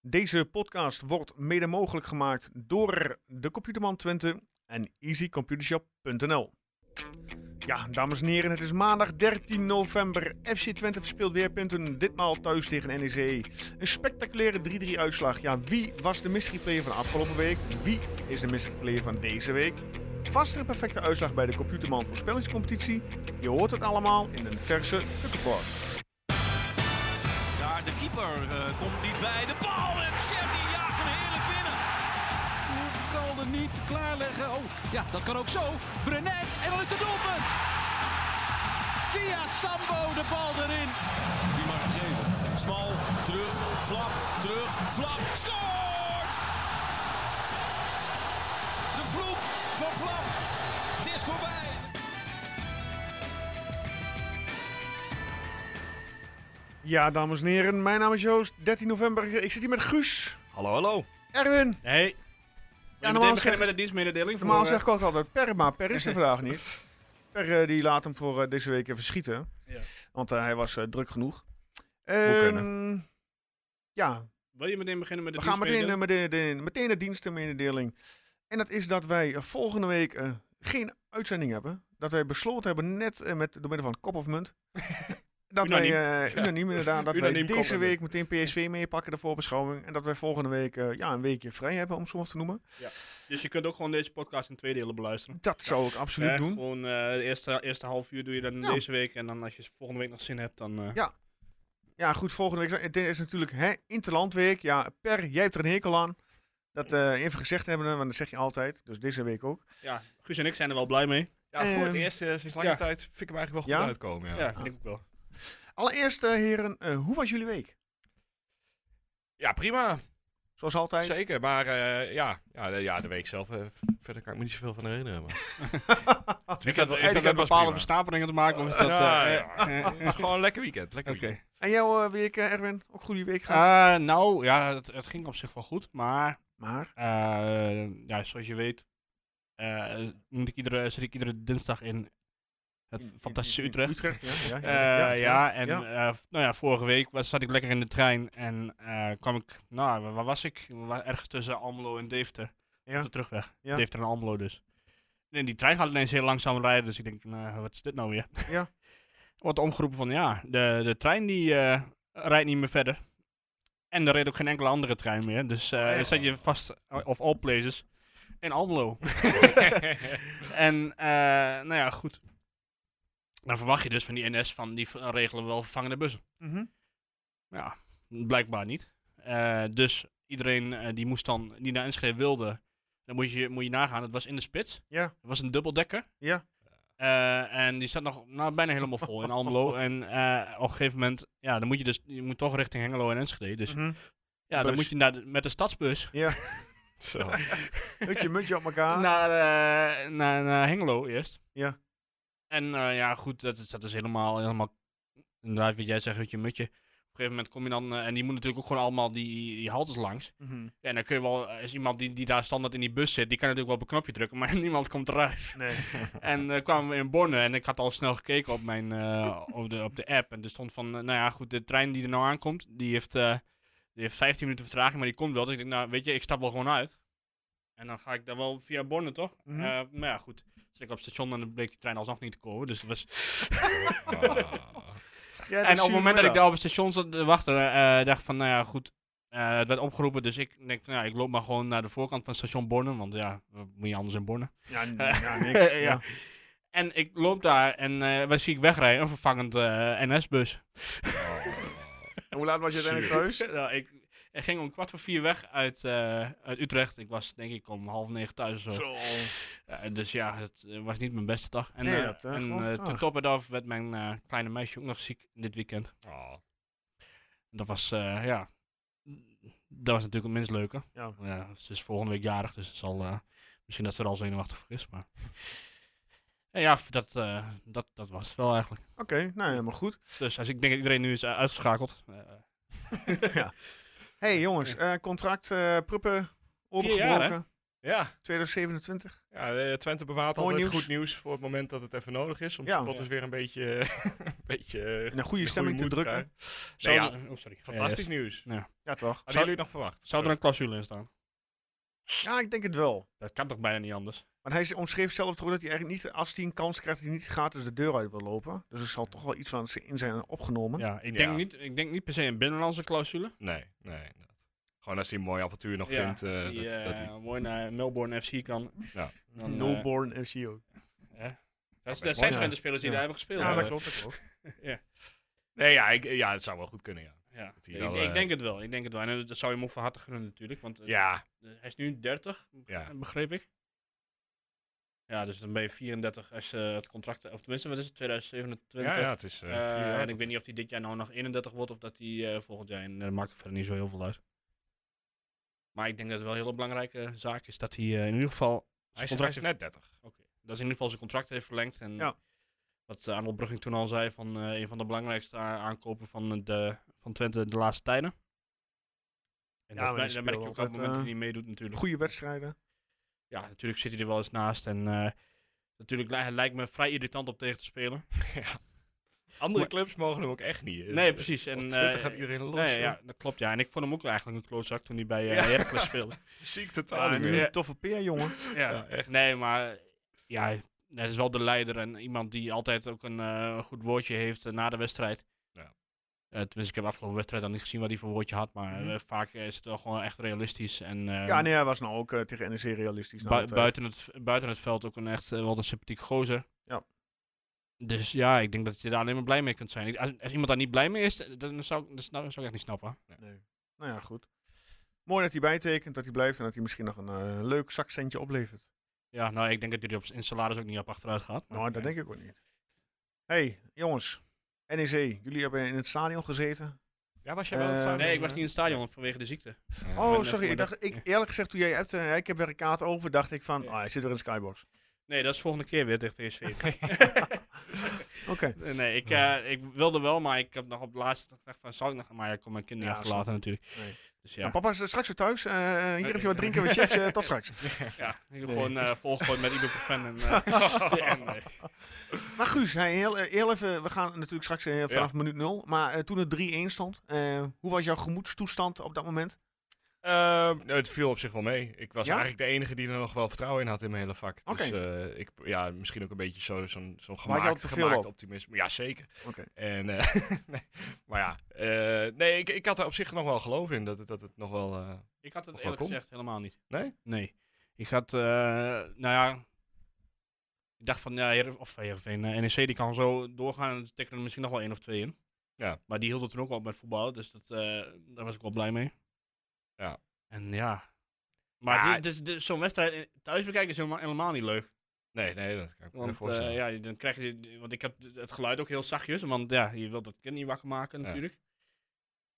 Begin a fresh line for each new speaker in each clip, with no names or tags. Deze podcast wordt mede mogelijk gemaakt door de Computerman Twente en easycomputershop.nl. Ja, dames en heren, het is maandag 13 november. FC Twente verspeelt weer punten, ditmaal thuis tegen NEC. Een spectaculaire 3-3 uitslag. Ja, wie was de mystery player van de afgelopen week? Wie is de mystery player van deze week? Vast een perfecte uitslag bij de Computerman voorspellingscompetitie. Je hoort het allemaal in een verse Tukkenport.
Daar de keeper eh, komt niet bij. De bal en Chef die jaagt hem heerlijk binnen.
kan er niet klaarleggen. Oh, ja, dat kan ook zo. Brenet en dan is het doelpunt. Via Sambo de bal erin.
Die mag geven. Smal, terug, flap, terug, flap. Scoort! De vloek van flap. Het is voorbij.
Ja, dames en heren, mijn naam is Joost. 13 november, ik zit hier met Guus,
Hallo, hallo.
Erwin.
Hey.
Ja,
Ja, normaal
normaal,
beginnen
zeg,
met de dienstmededeling.
normaal
Voor, eh,
zeg ik ook altijd Per, maar Per is er vandaag niet. Per eh, die laat hem voor eh, deze week even schieten,
Ja.
want eh, hij was eh, druk genoeg.
Moet kunnen.
Ehm, ja,
Wil je meteen beginnen met de
we gaan meteen, eh,
dienstmededeling?
meteen, de- meteen de dienstenmededeling. En dat is dat wij eh, volgende week eh, geen uitzending hebben. Dat wij besloten hebben, net eh, met, door middel van Kop of Munt. dat wij, eh, unaniem inderdaad, dat
Unaniem
wij
kop
deze
en
week meteen PSV meepakken, de voorbeschouwing. En dat wij volgende week eh, ja, een weekje vrij hebben, om het zo maar te noemen.
Dus je kunt ook gewoon deze podcast in twee delen beluisteren.
Dat zou ik absoluut
Hè,
doen.
Gewoon eh, de eerste, eerste half uur doe je dan
Ja.
deze week. En dan als je volgende week nog zin hebt, dan... eh,
Ja. Ja, goed, volgende week. Het is natuurlijk hè, Interlandweek. Ja, Per, jij hebt er een hekel aan. Dat eh, even gezegd hebben, want dat zeg je altijd. Dus deze week ook.
ja, Guus en ik zijn er wel blij mee.
ja, voor het
ehm,
eerst eh, sinds lange
ja.
tijd vind ik hem eigenlijk wel
Ja?
goed uitkomen. Ja,
Ja,
ja.
vind ik ook wel.
Allereerst, eh, heren, eh, hoe was jullie week?
prima.
Zoals altijd.
Zeker. Maar eh, ja, ja, de, ja, de week zelf, eh, v- verder kan ik me niet zoveel van herinneren. Maar. het weekend,
Hey,
Heeft
dat was
dat met bepaalde
prima.
versnaperingen te maken? Of is dat... eh,
Ja,
eh, eh,
Het was gewoon een lekker weekend. Lekker
Oké.
weekend.
En jouw eh, week, eh, Erwin? Ook goede week gehad?
Eh, nou, ja, het, het ging op zich wel goed. Maar,
maar,
eh, ja, zoals je weet, eh, moet ik iedere, zit ik iedere dinsdag in het
In- in-
fantastische
in- in
Utrecht.
ja, ja,
Eh,
ja,
ja,
ja,
en
ja.
eh, v- nou ja, vorige week was, zat ik lekker in de trein en eh, kwam ik, nou, wa- waar was ik? Wa- Ergens tussen Almelo en Deventer.
Ja.
Op de terugweg.
Ja.
Deventer en Almelo dus. En die trein gaat ineens heel langzaam rijden, dus ik denk, nou, wat is dit nou weer?
Ja.
Wordt omgeroepen van, ja, de, de trein die eh, rijdt niet meer verder. En er reed ook geen enkele andere trein meer, dus eh,
echt?
zat je vast, eh, of all places, in Almelo. En, eh, nou ja, goed. Dan verwacht je dus van die NS van die v- regelen wel vervangende bussen.
Mhm.
Ja, blijkbaar niet. Eh, dus iedereen eh, die moest dan, die naar Enschede wilde, dan moet je, moet je nagaan, het was in de spits.
Ja.
Het was een dubbeldekker.
Ja.
Eh, en die zat nog nou, bijna helemaal vol in Almelo. en eh, op een gegeven moment, ja, dan moet je dus, je moet toch richting Hengelo en Enschede. Dus
Mhm.
ja, dan
bus.
moet je naar de- met de stadsbus
Zo.
Hutje, mutje op elkaar.
naar, eh, naar, naar Hengelo eerst.
Ja.
En eh, ja, goed, dat, is- dat is helemaal, helemaal, inderdaad wat jij zegt, hutje mutje. Op een gegeven moment kom je dan, eh, en die moet natuurlijk ook gewoon allemaal die, die haltes langs.
Mhm.
Ja, en dan kun je wel, eh, is iemand die, die daar standaard in die bus zit, die kan natuurlijk wel op een knopje drukken, maar niemand komt eruit.
Nee.
En eh, kwamen we in Bonn en ik had al snel gekeken op, mijn, eh, op, de, op de app. En er stond van, eh, nou ja, goed, de trein die er nou aankomt, die heeft, eh, die heeft 15 minuten vertraging, maar die komt wel. Dus ik denk, nou, weet je, ik stap wel gewoon uit. En dan ga ik daar wel via Bonn, toch?
Mhm.
Eh, maar ja, goed. Zit ik op het station en dan bleek die trein alsnog niet te komen. Dus het was...
Ah.
Ja,
en op het
zure
moment dat ik
middag.
daar op het station zat te wachten, eh, dacht van, nou ja, goed. eh, het werd opgeroepen, dus ik denk van, ja, ik loop maar gewoon naar de voorkant van station Borne. Want ja, wat moet je anders in Borne?
Ja, n- ja, niks.
ja.
ja.
En ik loop daar en eh wat zie ik wegrijden? Een vervangend eh, NS-bus.
En Hoe laat was je uiteindelijk thuis?
nou, ik, ik ging om kwart voor vier weg uit, eh, uit Utrecht. Ik was denk ik om half negen thuis of zo.
Zo.
Eh, dus ja, het eh, was niet mijn beste dag. En,
Nee,
eh,
dat, eh,
en
geloof
eh,
ik
tot
graag.
top en af werd mijn eh, kleine meisje ook nog ziek dit weekend.
Ah.
Dat was, eh, ja, dat was natuurlijk het minst leuke.
Ja.
ze is volgende week jarig, dus het zal, eh, misschien dat ze er al zenuwachtig voor is. Maar Eh, ja, dat, eh, dat, dat was het wel eigenlijk.
Oké, nou helemaal goed.
Dus als ik denk dat iedereen nu is eh, uitgeschakeld. Eh,
hey, jongens, eh, contract eh Pruppen opengebroken.
jaar, hè?
Ja,
2027.
ja eh, Twente bewaart
Mooi
altijd
nieuws.
goed nieuws voor het moment dat het even nodig is. Om
Ja.
supporters weer een beetje... beetje eh,
een goede
de
stemming te
moed
drukken.
krijgen.
Zou
ja.
er- oh, sorry.
Fantastisch
Eh,
nieuws.
Ja, toch?
Hadden jullie het nog verwacht?
zou er een clausule in staan?
Ja, ik denk het wel.
Dat kan toch bijna niet anders?
Maar hij z- omschreef zelf toch dat hij eigenlijk niet, als hij een kans krijgt, hij niet gratis de deur uit wil lopen. Dus er zal toch wel iets van z- in zijn opgenomen.
Ja, ik
Ja.
denk, Niet, ik denk niet per se een binnenlandse clausule.
Nee, nee. inderdaad. Gewoon als hij een mooi avontuur nog vindt. eh,
als die,
dat, dat hij,
eh, mooi naar Melbourne FC kan.
Ja.
Dan, eh,
Noborn FC ook.
dat,
mooi,
dat zijn
ja.
de spelers die
Ja.
daar hebben gespeeld.
Ja, dat
hebben.
klopt, dat klopt.
nee, ja, ik, ja, het zou wel goed kunnen, ja.
Ja.
die
Ik,
wel,
ik
eh,
denk het wel. Ik denk het wel. En eh, dat zou je hem ook van harte gunnen natuurlijk. Want eh,
Ja,
eh, hij is nu 30,
ja.
begreep ik. Ja, dus dan ben je 34 als je het contract... Of tenminste, wat is het? 2027?
Ja, ja, het is... eh,
Eh,
vier jaar.
en ik weet niet of hij dit jaar nou nog 31 wordt of dat hij eh, volgend jaar. En dat maakt verder niet zo heel veel uit. Maar ik denk dat het wel een hele belangrijke zaak is dat hij eh, in ieder geval.
hij,
zijn
is, hij
contract
is net 30.
heeft- oké, Dat hij in ieder geval zijn contract heeft verlengd. En
Ja.
wat eh, Arnold Brugging toen al zei: van eh, een van de belangrijkste a- aankopen van, de, van Twente de laatste tijden. En
Ja,
dat,
maar
mer-
die
dat merk je
spelen
ook op het
altijd,
moment dat
eh,
hij niet meedoet, natuurlijk.
Goede wedstrijden.
Ja, natuurlijk zit hij er wel eens naast. En eh, natuurlijk li- hij lijkt me vrij irritant om tegen te spelen.
Andere
Maar-
clubs mogen hem ook echt niet. eh,
Nee, precies.
Op
En,
Twitter
eh,
gaat iedereen los.
Nee,
joh.
ja, dat klopt. Ja. En ik vond hem ook eigenlijk een klootzak toen hij bij eh
Ja.
Heracles speelde.
Zie ik totaal
Ja,
niet meer.
nu een toffe peer, jongen.
Ja.
Ja, echt.
Nee, maar ja, hij- hij is wel de leider en iemand die altijd ook een eh, goed woordje heeft eh, na de wedstrijd.
Ja.
Eh, tenminste, ik heb afgelopen wedstrijd dan niet gezien wat hij voor woordje had, maar
Mhm.
eh, vaak eh, is het wel gewoon echt realistisch. En eh,
Ja, nee, hij was nou ook eh, tegen NEC realistisch. nou,
bui-
altijd.
buiten, het, buiten het veld ook een echt eh, wel een sympathieke gozer.
Ja.
Dus ja, ik denk dat je daar alleen maar blij mee kunt zijn. Ik- Als, als iemand daar niet blij mee is, eh, dan zou, ik- dan snap- zou ik echt niet snappen.
Nee. Nou ja, goed. Mooi dat hij bijtekent, dat hij blijft en dat hij misschien nog een eh, leuk zakcentje oplevert.
Ja, nou, ik denk dat hij er op, in salaris ook niet op achteruit gaat. maar-
Nou, dat denk ik ook niet. hey, jongens. NEC, jullie hebben in het stadion gezeten.
Ja, was jij wel aan het
Eh,
stadion?
Nee, ik was niet in het stadion vanwege de ziekte.
Ja.
Oh,
ben
sorry.
net-
Ik dacht, ik, eerlijk gezegd, toen jij hebt, eh, ik heb weer een kaart over, dacht ik van,
Ja.
ah, hij zit weer in de skybox.
Nee, dat is volgende keer weer tegen PSV.
Oké.
nee, nee, ik, eh, ik wilde wel, maar ik heb nog op het laatste gedacht van, zal ik nog? Maar ja, ik kon mijn kinderen
Ja,
niet achterlaten natuurlijk.
Nee.
Dus
Nou,
ja,
papa is eh, straks weer thuis. Eh, hier heb je wat drinken, wat chips. eh, tot straks.
ja ik heb gewoon eh volgegooid met ibuprofen en... eh, en, eh,
Maar Guus, hey, heel, eh, heel even, we gaan natuurlijk straks eh, vanaf minuut nul. Maar eh, toen het 3-1 stond, eh, hoe was jouw gemoedstoestand op dat moment?
Ehm, nou, het viel op zich wel mee. Ik was
Ja?
eigenlijk de enige die er nog wel vertrouwen in had in mijn hele vak. Dus
Oké.
eh, ik, ja, misschien ook een beetje zo- zo'n zo'n
je al
gemaakt,
te veel
gemaakt
op?
optimisme. Ja, zeker.
Oké.
En, eh, nee, maar ja, eh, nee, ik, ik had er op zich nog wel geloof in dat het, dat het nog wel... eh,
ik had het
Nog wel
eerlijk
kom?
gezegd helemaal niet.
Nee?
Nee. Ik had, eh, nou ja... Ik dacht van, ja, Heer, of Heerenveen, eh, NEC die kan zo doorgaan en tikken er misschien nog wel één of twee in.
Ja.
Maar die hielden toen ook al op met voetballen, dus dat, eh, daar was ik wel blij mee.
Ja.
En ja... Maar
Ja,
dit- dit- dit- zo'n wedstrijd eh, thuis bekijken is helemaal, helemaal niet leuk.
nee, nee, dat kan ik me
Want
voorstellen.
eh, ja, je- dan krijg je, die- want ik heb het geluid ook heel zachtjes, want ja, je wilt dat kind niet wakker maken
Ja.
natuurlijk.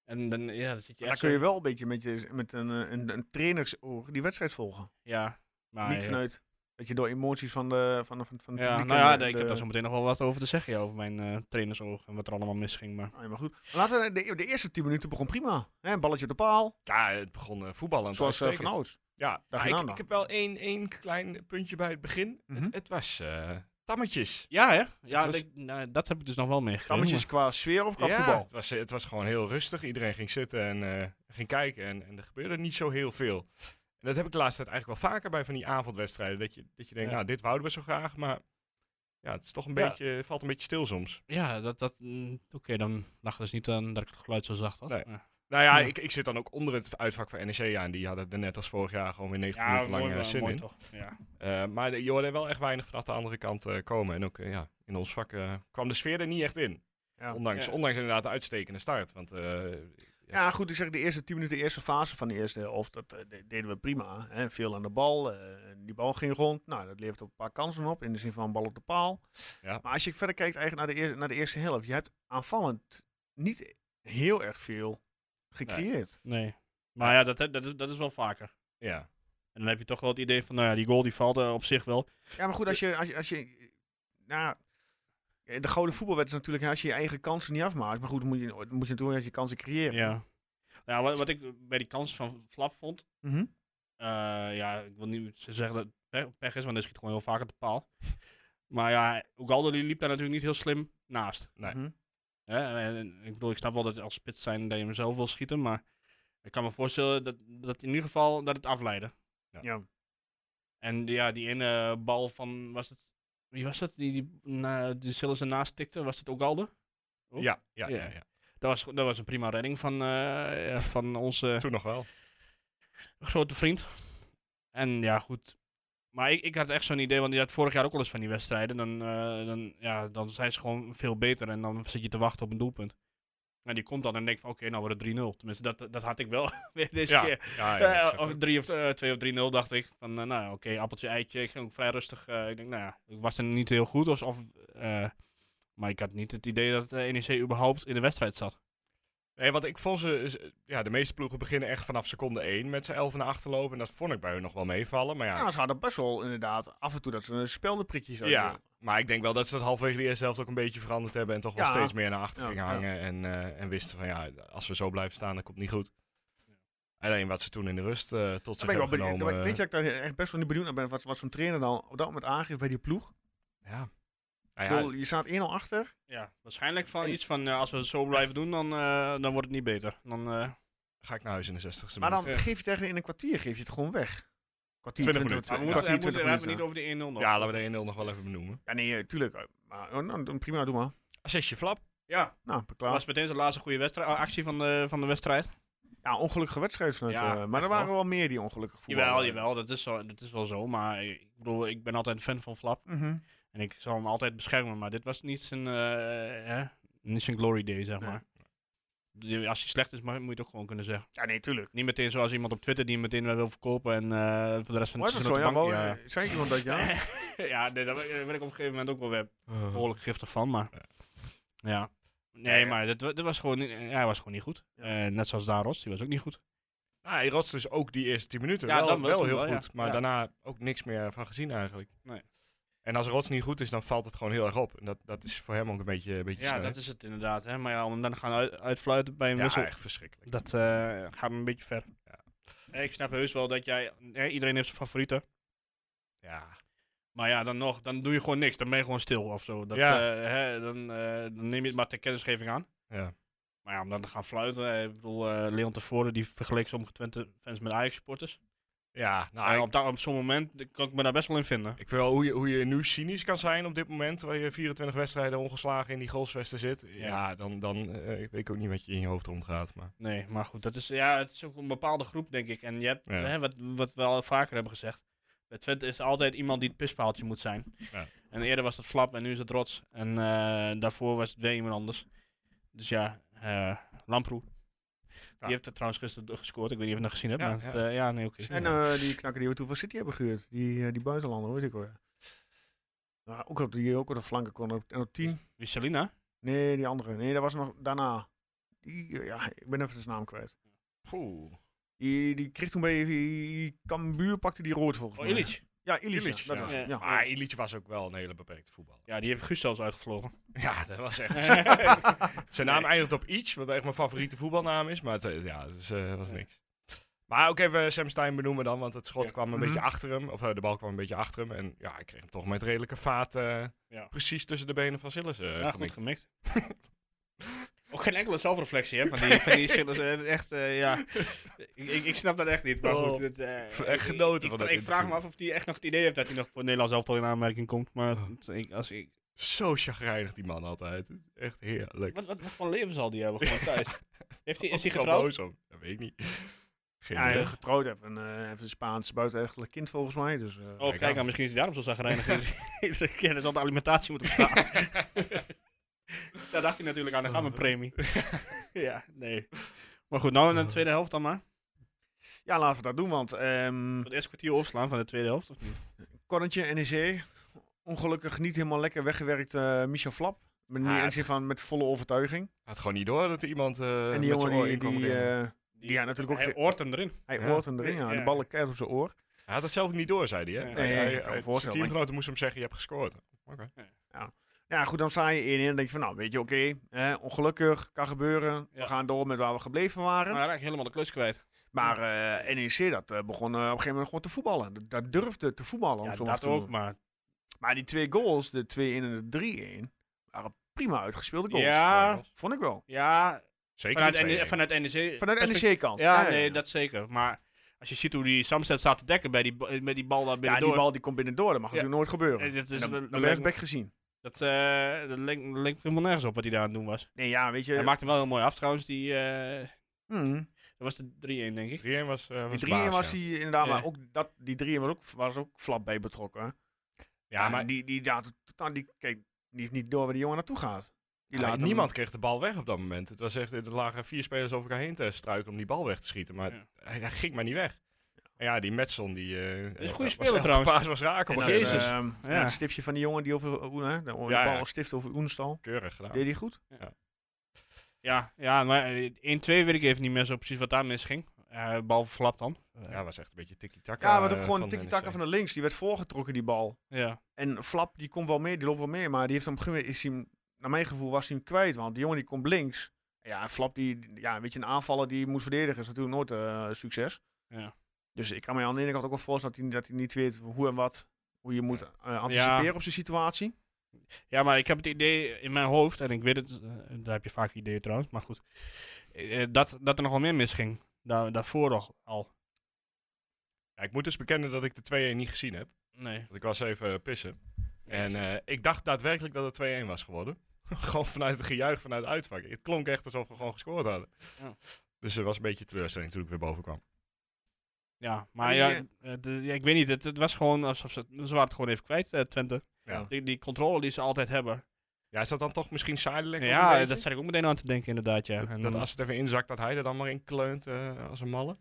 En dan, ja, dan zit je
Dan
echt
kun je
zo-
wel een beetje met, je, met een, eh, een, een trainersoor die wedstrijd volgen.
Ja, maar...
Niet
Ah, ja.
vanuit dat je door emoties van de van, de- van, van het
Ja,
publiek
nou
en
ja,
de-
ik
de-
heb daar zo meteen nog wel wat over te zeggen, ja, over mijn eh trainersoog en wat er allemaal misging. Maar
Ah, ja, maar goed. Maar Laten we, de, de eerste 10 minuten begon prima. Hè, een balletje op de paal,
ja, het begon eh, voetballen.
zoals eh, van
uitstekend.
ouds.
Ja,
Dag
ah,
en
ik,
aandacht.
ik heb wel één, één klein puntje bij het begin.
Mhm.
het, het was eh, tammetjes.
ja, hè? Ja,
was-
ik- nou, dat heb ik dus nog wel meegekregen.
Kammetjes qua sfeer of qua
ja,
voetbal?
Het was, het was gewoon heel rustig. Iedereen ging zitten en eh, ging kijken. En, en er gebeurde niet zo heel veel. En dat heb ik de laatste tijd eigenlijk wel vaker bij van die avondwedstrijden. Dat je, dat je denkt,
Ja.
nou, dit wouden we zo graag. Maar ja, het is toch een
Ja.
beetje, valt een beetje stil soms.
maar- Ja, dat, dat, mm, oké, dan lag dus niet aan dat ik het geluid zo zacht had.
Nee.
Ja.
Nou ja,
Ja.
Ik, ik zit dan ook onder het uitvak van E NEC aan. Die hadden er net als vorig jaar gewoon weer 90
Ja,
minuten lang
mooi,
eh,
maar
zin
mooi
in.
toch. Ja.
Eh, maar de- je hoorde wel echt weinig vanaf de andere kant eh, komen. En ook eh, ja, in ons vak eh, kwam de sfeer er niet echt in.
Ja.
Ondanks,
Ja.
ondanks inderdaad de uitstekende start. Want eh,
Ja, goed, ik zeg de eerste 10 minuten, de eerste fase van de eerste helft, dat eh, de- deden we prima. Hè. Veel aan de bal, eh, die bal ging rond. Nou, dat levert ook een paar kansen op, in de zin van een bal op de paal.
Ja.
Maar als je verder kijkt eigenlijk naar de, eer- naar de eerste helft, je hebt aanvallend niet heel erg veel gecreëerd.
Nee. Maar ja, dat, heb- dat, is, dat is wel vaker.
ja,
En dan heb je toch wel het idee van, nou ja, die goal die valt eh, op zich wel.
Ja, maar goed, als je, als je, als je nou, de gouden voetbalwet is natuurlijk hè, als je je eigen kansen niet afmaakt. Maar goed, dan moet je, dan moet je natuurlijk als je kansen creëren.
Ja. Nou, wat, wat ik bij die kans van Flap vond,
Mhm.
eh, ja, ik wil niet zeggen dat het pe- pech is, want hij schiet gewoon heel vaak op de paal. Maar ja, Ugalde die liep daar natuurlijk niet heel slim naast.
Nee.
Mhm.
Hè, en- en ik bedoel, ik snap wel dat als spits zijn dat je hem zelf wil schieten, maar ik kan me voorstellen dat, dat in ieder geval dat het afleidde.
Ja.
En die- ja, die ene bal van, was het, wie was het, die, die, na, die Sillis ernaast tikte, was het Ugalde? Oh.
Ja, ja, ja,
Ja.
ja.
Dat was, dat was een prima redding van, eh, ja, van onze
Toen nog wel.
grote vriend. En ja, goed. Maar ik, ik had echt zo'n idee, want je had vorig jaar ook al eens van die wedstrijden. Dan, eh, dan, ja, dan zijn ze gewoon veel beter en dan zit je te wachten op een doelpunt. En die komt dan en denkt van oké, nou wordt het 3-0. Tenminste, dat, dat had ik wel weer deze
Ja,
keer.
ja,
Eh,
ja, ik zeg
of
het.
3 of eh, 2 of 3-0 dacht ik. Van eh, nou oké, appeltje, eitje. Ik ging ook vrij rustig. eh, ik denk nou ja, ik was er niet heel goed. Of, of, eh, maar ik had niet het idee dat eh, NEC überhaupt in de wedstrijd zat.
Nee, want ik vond ze, ze- ja, de meeste ploegen beginnen echt vanaf seconde 1 met z'n 11 naar achter lopen. En dat vond ik bij hun nog wel meevallen. Maar ja,
Ja, ze hadden best wel inderdaad af en toe dat ze een speldenprikje zouden
Ja,
doen.
maar ik denk wel dat ze dat halverwege de eerste helft ook een beetje veranderd hebben. En toch wel
Ja.
steeds meer naar achter
Ja,
gingen
ja.
hangen. En, eh, en wisten van ja, als we zo blijven staan, dan komt het niet goed. Alleen wat ze toen in de rust eh, tot
Daar
zich
ben ik wel
hebben
benieuwd.
genomen.
eh.
Weet je dat ik daar echt best wel niet benieuwd naar ben wat, wat zo'n trainer dan op dat moment aangeeft bij die ploeg?
eh, Ja.
Ik
Nou
bedoel,
ja,
je staat 1-0 achter.
Ja, waarschijnlijk van iets van eh, als we het zo blijven doen, dan, eh, dan wordt het niet beter. Dan, eh,
ga ik naar huis in de 60ste
Maar dan
minuut.
geef je tegen in een kwartier geef je het gewoon weg. Kwartier,
20
20
minuten.
Maar we
Ja,
moeten,
kwartier,
we moeten
20
we hebben
minuten.
het niet over de 1-0 nog.
Ja, laten we de 1-0 nog wel even benoemen.
Ja, nee, eh, tuurlijk. eh, Maar eh, nou, dan prima, doe maar.
Assistje flap.
Ja,
Nou,
dat
klaar.
was meteen zijn laatste goede wedstrijd, ah, actie van de, van de wedstrijd.
Ja, ongelukkige wedstrijd vanuit.
Ja,
eh, maar er
echt
waren wel meer die ongelukkig voetballen.
Jawel, jawel, dat is, zo, dat is wel zo. Maar ik bedoel, ik ben altijd een fan van Flap.
Mhm.
En ik zal hem altijd beschermen. Maar dit was niet zijn, eh, hè, niet zijn glory day, zeg
Nee.
maar. Die- Als hij slecht is, mag- moet je het ook gewoon kunnen zeggen.
Ja, nee, tuurlijk.
Niet meteen zoals iemand op Twitter die hem meteen weer wil verkopen en eh, voor de rest van
Was
het
het
seizoen
zo?
op
Ja,
de
wel,
bank. Ja,
eh, zei iemand dat, ja?
ja nee, daar ben ik- daar ben ik op een gegeven moment ook wel weer behoorlijk giftig van, maar Nou ja.
Ja,
Nee,
ja.
maar dat, wa- dat was gewoon, niet- hij was gewoon niet goed. Eh, net zoals Daros, die was ook niet goed.
Nou, hij rotst dus ook die eerste 10 minuten.
Ja,
wel,
dan
wel,
wel, toen
heel
wel, ja.
goed. Maar
Ja.
daarna ook niks meer van gezien eigenlijk.
Nee.
En als rots niet goed is, dan valt het gewoon heel erg op. En dat, dat is voor hem ook een beetje, een beetje
Ja,
sneu.
dat is het inderdaad. Hè? Maar ja, om hem dan te gaan uit- uitfluiten bij een
ja,
wissel,
echt verschrikkelijk.
dat eh, gaat me een beetje ver.
Ja.
Eh, Ik snap heus wel dat jij, eh, iedereen heeft zijn favorieten.
Ja,
Maar ja, dan nog, dan doe je gewoon niks. Dan ben je gewoon stil of zo. Dat,
Ja.
eh, hè, dan, eh, dan neem je het maar ter kennisgeving aan.
ja.
Maar ja, om dan te gaan fluiten. eh, ik bedoel, eh, Leon tevoren, die vergeleek sommige Twente-fans met Ajax-supporters.
Ja, nou,
En
ik-
op, dat- op zo'n moment eh, kan ik me daar best wel in vinden.
Ik wil hoe je, hoe je nu cynisch kan zijn op dit moment, waar je 24 wedstrijden ongeslagen in die goalsvesten zit. Ja, dan, dan eh, ik weet ook niet wat je in je hoofd rondgaat. Maar
Nee, maar goed, dat is, ja, het is ook een bepaalde groep, denk ik. En je hebt,
Ja.
hè, wat, wat we al vaker hebben gezegd, bij Twente is er altijd iemand die het pispaaltje moet zijn.
Ja.
En eerder was dat Flap en nu is het Rots. En eh, daarvoor was het weer iemand anders. Dus ja, eh Lamproe. Die heeft er trouwens gisteren d- gescoord. Ik weet niet of je het nog gezien hebt,
Ja,
maar het,
ja.
eh, ja, nee, oké.
En eh, die knakker die we toen van City hebben gehuurd. Die, eh, die buitenlander, weet ik hoor. Ja, ook op die ook op de flanken kon. Op, en op 10.
Wisselina?
Nee, die andere. Nee, dat was nog daarna. Die, eh, ja, ik ben even zijn naam kwijt.
Poeh.
Die, die kreeg toen bij Cambuur, pakte die rood volgens
Oh,
mij.
Illich.
Ja, Illich.
Illich,
ja, dat
ja.
was het,
Ja.
ja.
Maar Illich was ook wel een hele beperkte voetballer.
Ja, die heeft Guus zelfs uitgevlogen. Eh,
Ja, dat was echt. Zijn naam eindigt op iets, wat echt mijn favoriete voetbalnaam is. Maar het, eh, ja, het is, eh, was
Ja.
niks. Maar ook even Sam Stein benoemen dan, want het schot
Ja.
kwam een
Mhm.
beetje achter hem. Of eh, de bal kwam een beetje achter hem. En ja, ik kreeg hem toch met redelijke vaat eh,
Ja.
precies tussen de benen van Sillis. eh,
ja,
gemikt.
goed gemikt. Ook geen enkele zelfreflectie, hè? Van die, van die shit. echt, eh, ja. Ik, ik, ik snap dat echt niet. Maar
Oh.
goed, het, eh,
Echt
ik-
genoten
ik,
van
ik,
dat
ik vraag me
interview.
af of hij echt nog het idee heeft dat hij nog voor het Nederlands elftal in aanmerking komt. Maar
Oh.
het- ik, als ik,
Zo chagrijnig die man altijd. Echt heerlijk.
wat, wat, wat voor leven zal die hebben gewoon thuis? heeft hij is
Overal
hij getrouwd?
boos om. Dat weet ik niet. Geen
Ja, hij
idee.
heeft getrouwd. Hij heeft een, eh, hij heeft een Spaans buitenechtelijk kind volgens mij. Dus, eh,
Oh, kijk, nou, misschien is hij daarom zo zagrijnig. Iedere keer dan zal de alimentatie moeten betalen. Daar dacht hij natuurlijk aan, dan gaan we een premie. ja, nee. Maar goed, nou in de tweede helft dan maar.
Ja, laten we dat doen, want ehm
Het eerste kwartier opslaan van de tweede helft, of niet?
Korntje, NEC, E ongelukkig niet helemaal lekker weggewerkt eh, Michel Flap. Met,
Ah,
in
het-
zin van, met volle overtuiging.
Hij had gewoon niet door dat er iemand eh
en die
met zijn
jongen
oor
die,
in kwam
die,
rennen.
eh, Die ja, natuurlijk ook
Hij
ge-
hoort hem erin.
hij
Ja.
hoort hem erin aan.
Ja.
De ballen keihard op zijn oor.
Hij had het zelf niet door, zei hij. Hè?
Nee,
Hij- hij-
ik kan me
hij- zijn
voorstellen,
teamgenoten moesten hem zeggen, je hebt gescoord. Oké.
Ja, goed, dan sta je in en dan denk je van, nou, weet je, oké, hè, ongelukkig, kan gebeuren.
Ja.
We gaan door met waar we gebleven waren.
Maar hij raakt helemaal de klus kwijt.
Maar E eh, NEC, dat eh, begon eh, op een gegeven moment gewoon te voetballen. Dat, dat durfde te voetballen, om
Ja,
zo
dat
maar te
ook,
doen.
maar
Maar die twee goals, de 2-1 en de 3-1, waren prima uitgespeelde goals.
Ja,
Vond ik wel.
ja.
Zeker
Vanuit,
de
NEC vanuit E NEC.
Vanuit E de
perspectief-
NEC-kant.
Ja, nee, dat zeker. Maar als je ziet hoe die Samsted staat te dekken bij die, ba- met die bal daar
ja, die
binnendoor.
bal die komt binnendoor, dat mag
Ja.
natuurlijk nooit gebeuren.
Eh, dat is-
En dus dan-
dat
dan ben
lijkt
je
me-
back gezien.
Dat, eh dat leek, leek helemaal nergens op wat hij daar aan het doen was.
Nee, ja, weet je.
Hij maakte hem wel heel mooi af trouwens. Die, eh,
hmm.
dat was de 3-1 denk ik.
3-1 was, eh was
Die 3-1
baas,
was
ja.
die inderdaad,
Ja.
maar ook dat, die 3 was ook, was ook flap bij betrokken. hè.
Ja, maar
die, die, ja, totaal- die, kijk, die heeft niet door waar die jongen naartoe gaat. Die
Maar
laat hem-
niemand kreeg de bal weg op dat moment. Het was echt, er lagen vier spelers over elkaar heen te struiken om die bal weg te schieten. Maar
Ja.
hij, hij ging maar niet weg. En Ja, die Metson, die... eh,
is een
eh,
goede
was
speler
elke
trouwens.
paas was eh, raak op
En dat,
een gegeven moment.
Jezus.
ehm,
Ja.
en Het stiftje van die jongen die over Oen, hè, de
Ja, ja.
bal stift over Oenstal.
Keurig gedaan.
Deed hij goed?
Ja, ja maar eh, 1-2 weet ik even niet meer zo precies wat daar misging. Eh behalve Flap dan. Eh,
Ja, was echt een beetje tiki-taka.
Ja, maar ook
eh,
gewoon een
van
tikkie-takker
NEC.
van de links. Die werd voorgetrokken, die bal.
Ja.
En Flap, die komt wel mee, die loopt wel mee. Maar die heeft hem, op een gegeven moment- is hij hem, naar mijn gevoel, was hij hem kwijt. Want die jongen die komt links. Ja, en Flap, die, die- ja, weet je, een aanvaller die moet verdedigen is natuurlijk nooit eh, succes.
Ja.
Dus ik kan me aan de ene kant ook wel voorstellen dat hij, dat hij niet weet hoe en wat, hoe je moet eh, anticiperen op zijn situatie.
ja, maar ik heb het idee in mijn hoofd, en ik weet het, eh, daar heb je vaak ideeën trouwens, maar goed. eh, eh, dat, dat er nogal meer misging. Daar, daarvoor nog al.
Ja, ik moet dus bekennen dat ik de 2-1 niet gezien heb.
Nee.
Want ik was even eh, pissen. En eh, ik dacht daadwerkelijk dat het 2-1 was geworden. gewoon vanuit het gejuich, vanuit het uitvak. Het klonk echt alsof we gewoon gescoord hadden.
Ja.
Dus er was een beetje teleurstelling toen ik weer boven kwam.
Ja, maar
die,
ja,
eh,
eh, de- ja, ik weet niet. Het, het was gewoon alsof ze, ze waren het gewoon even kwijt, eh, Twente.
Ja.
Die, die controle die ze altijd hebben.
Ja, is dat dan toch misschien Sidelink? ook een
ja,
beetje?
dat zat ik ook meteen aan te denken inderdaad, ja.
Dat,
En,
dat als het even inzakt, dat hij er dan maar in kleunt eh, als een malle.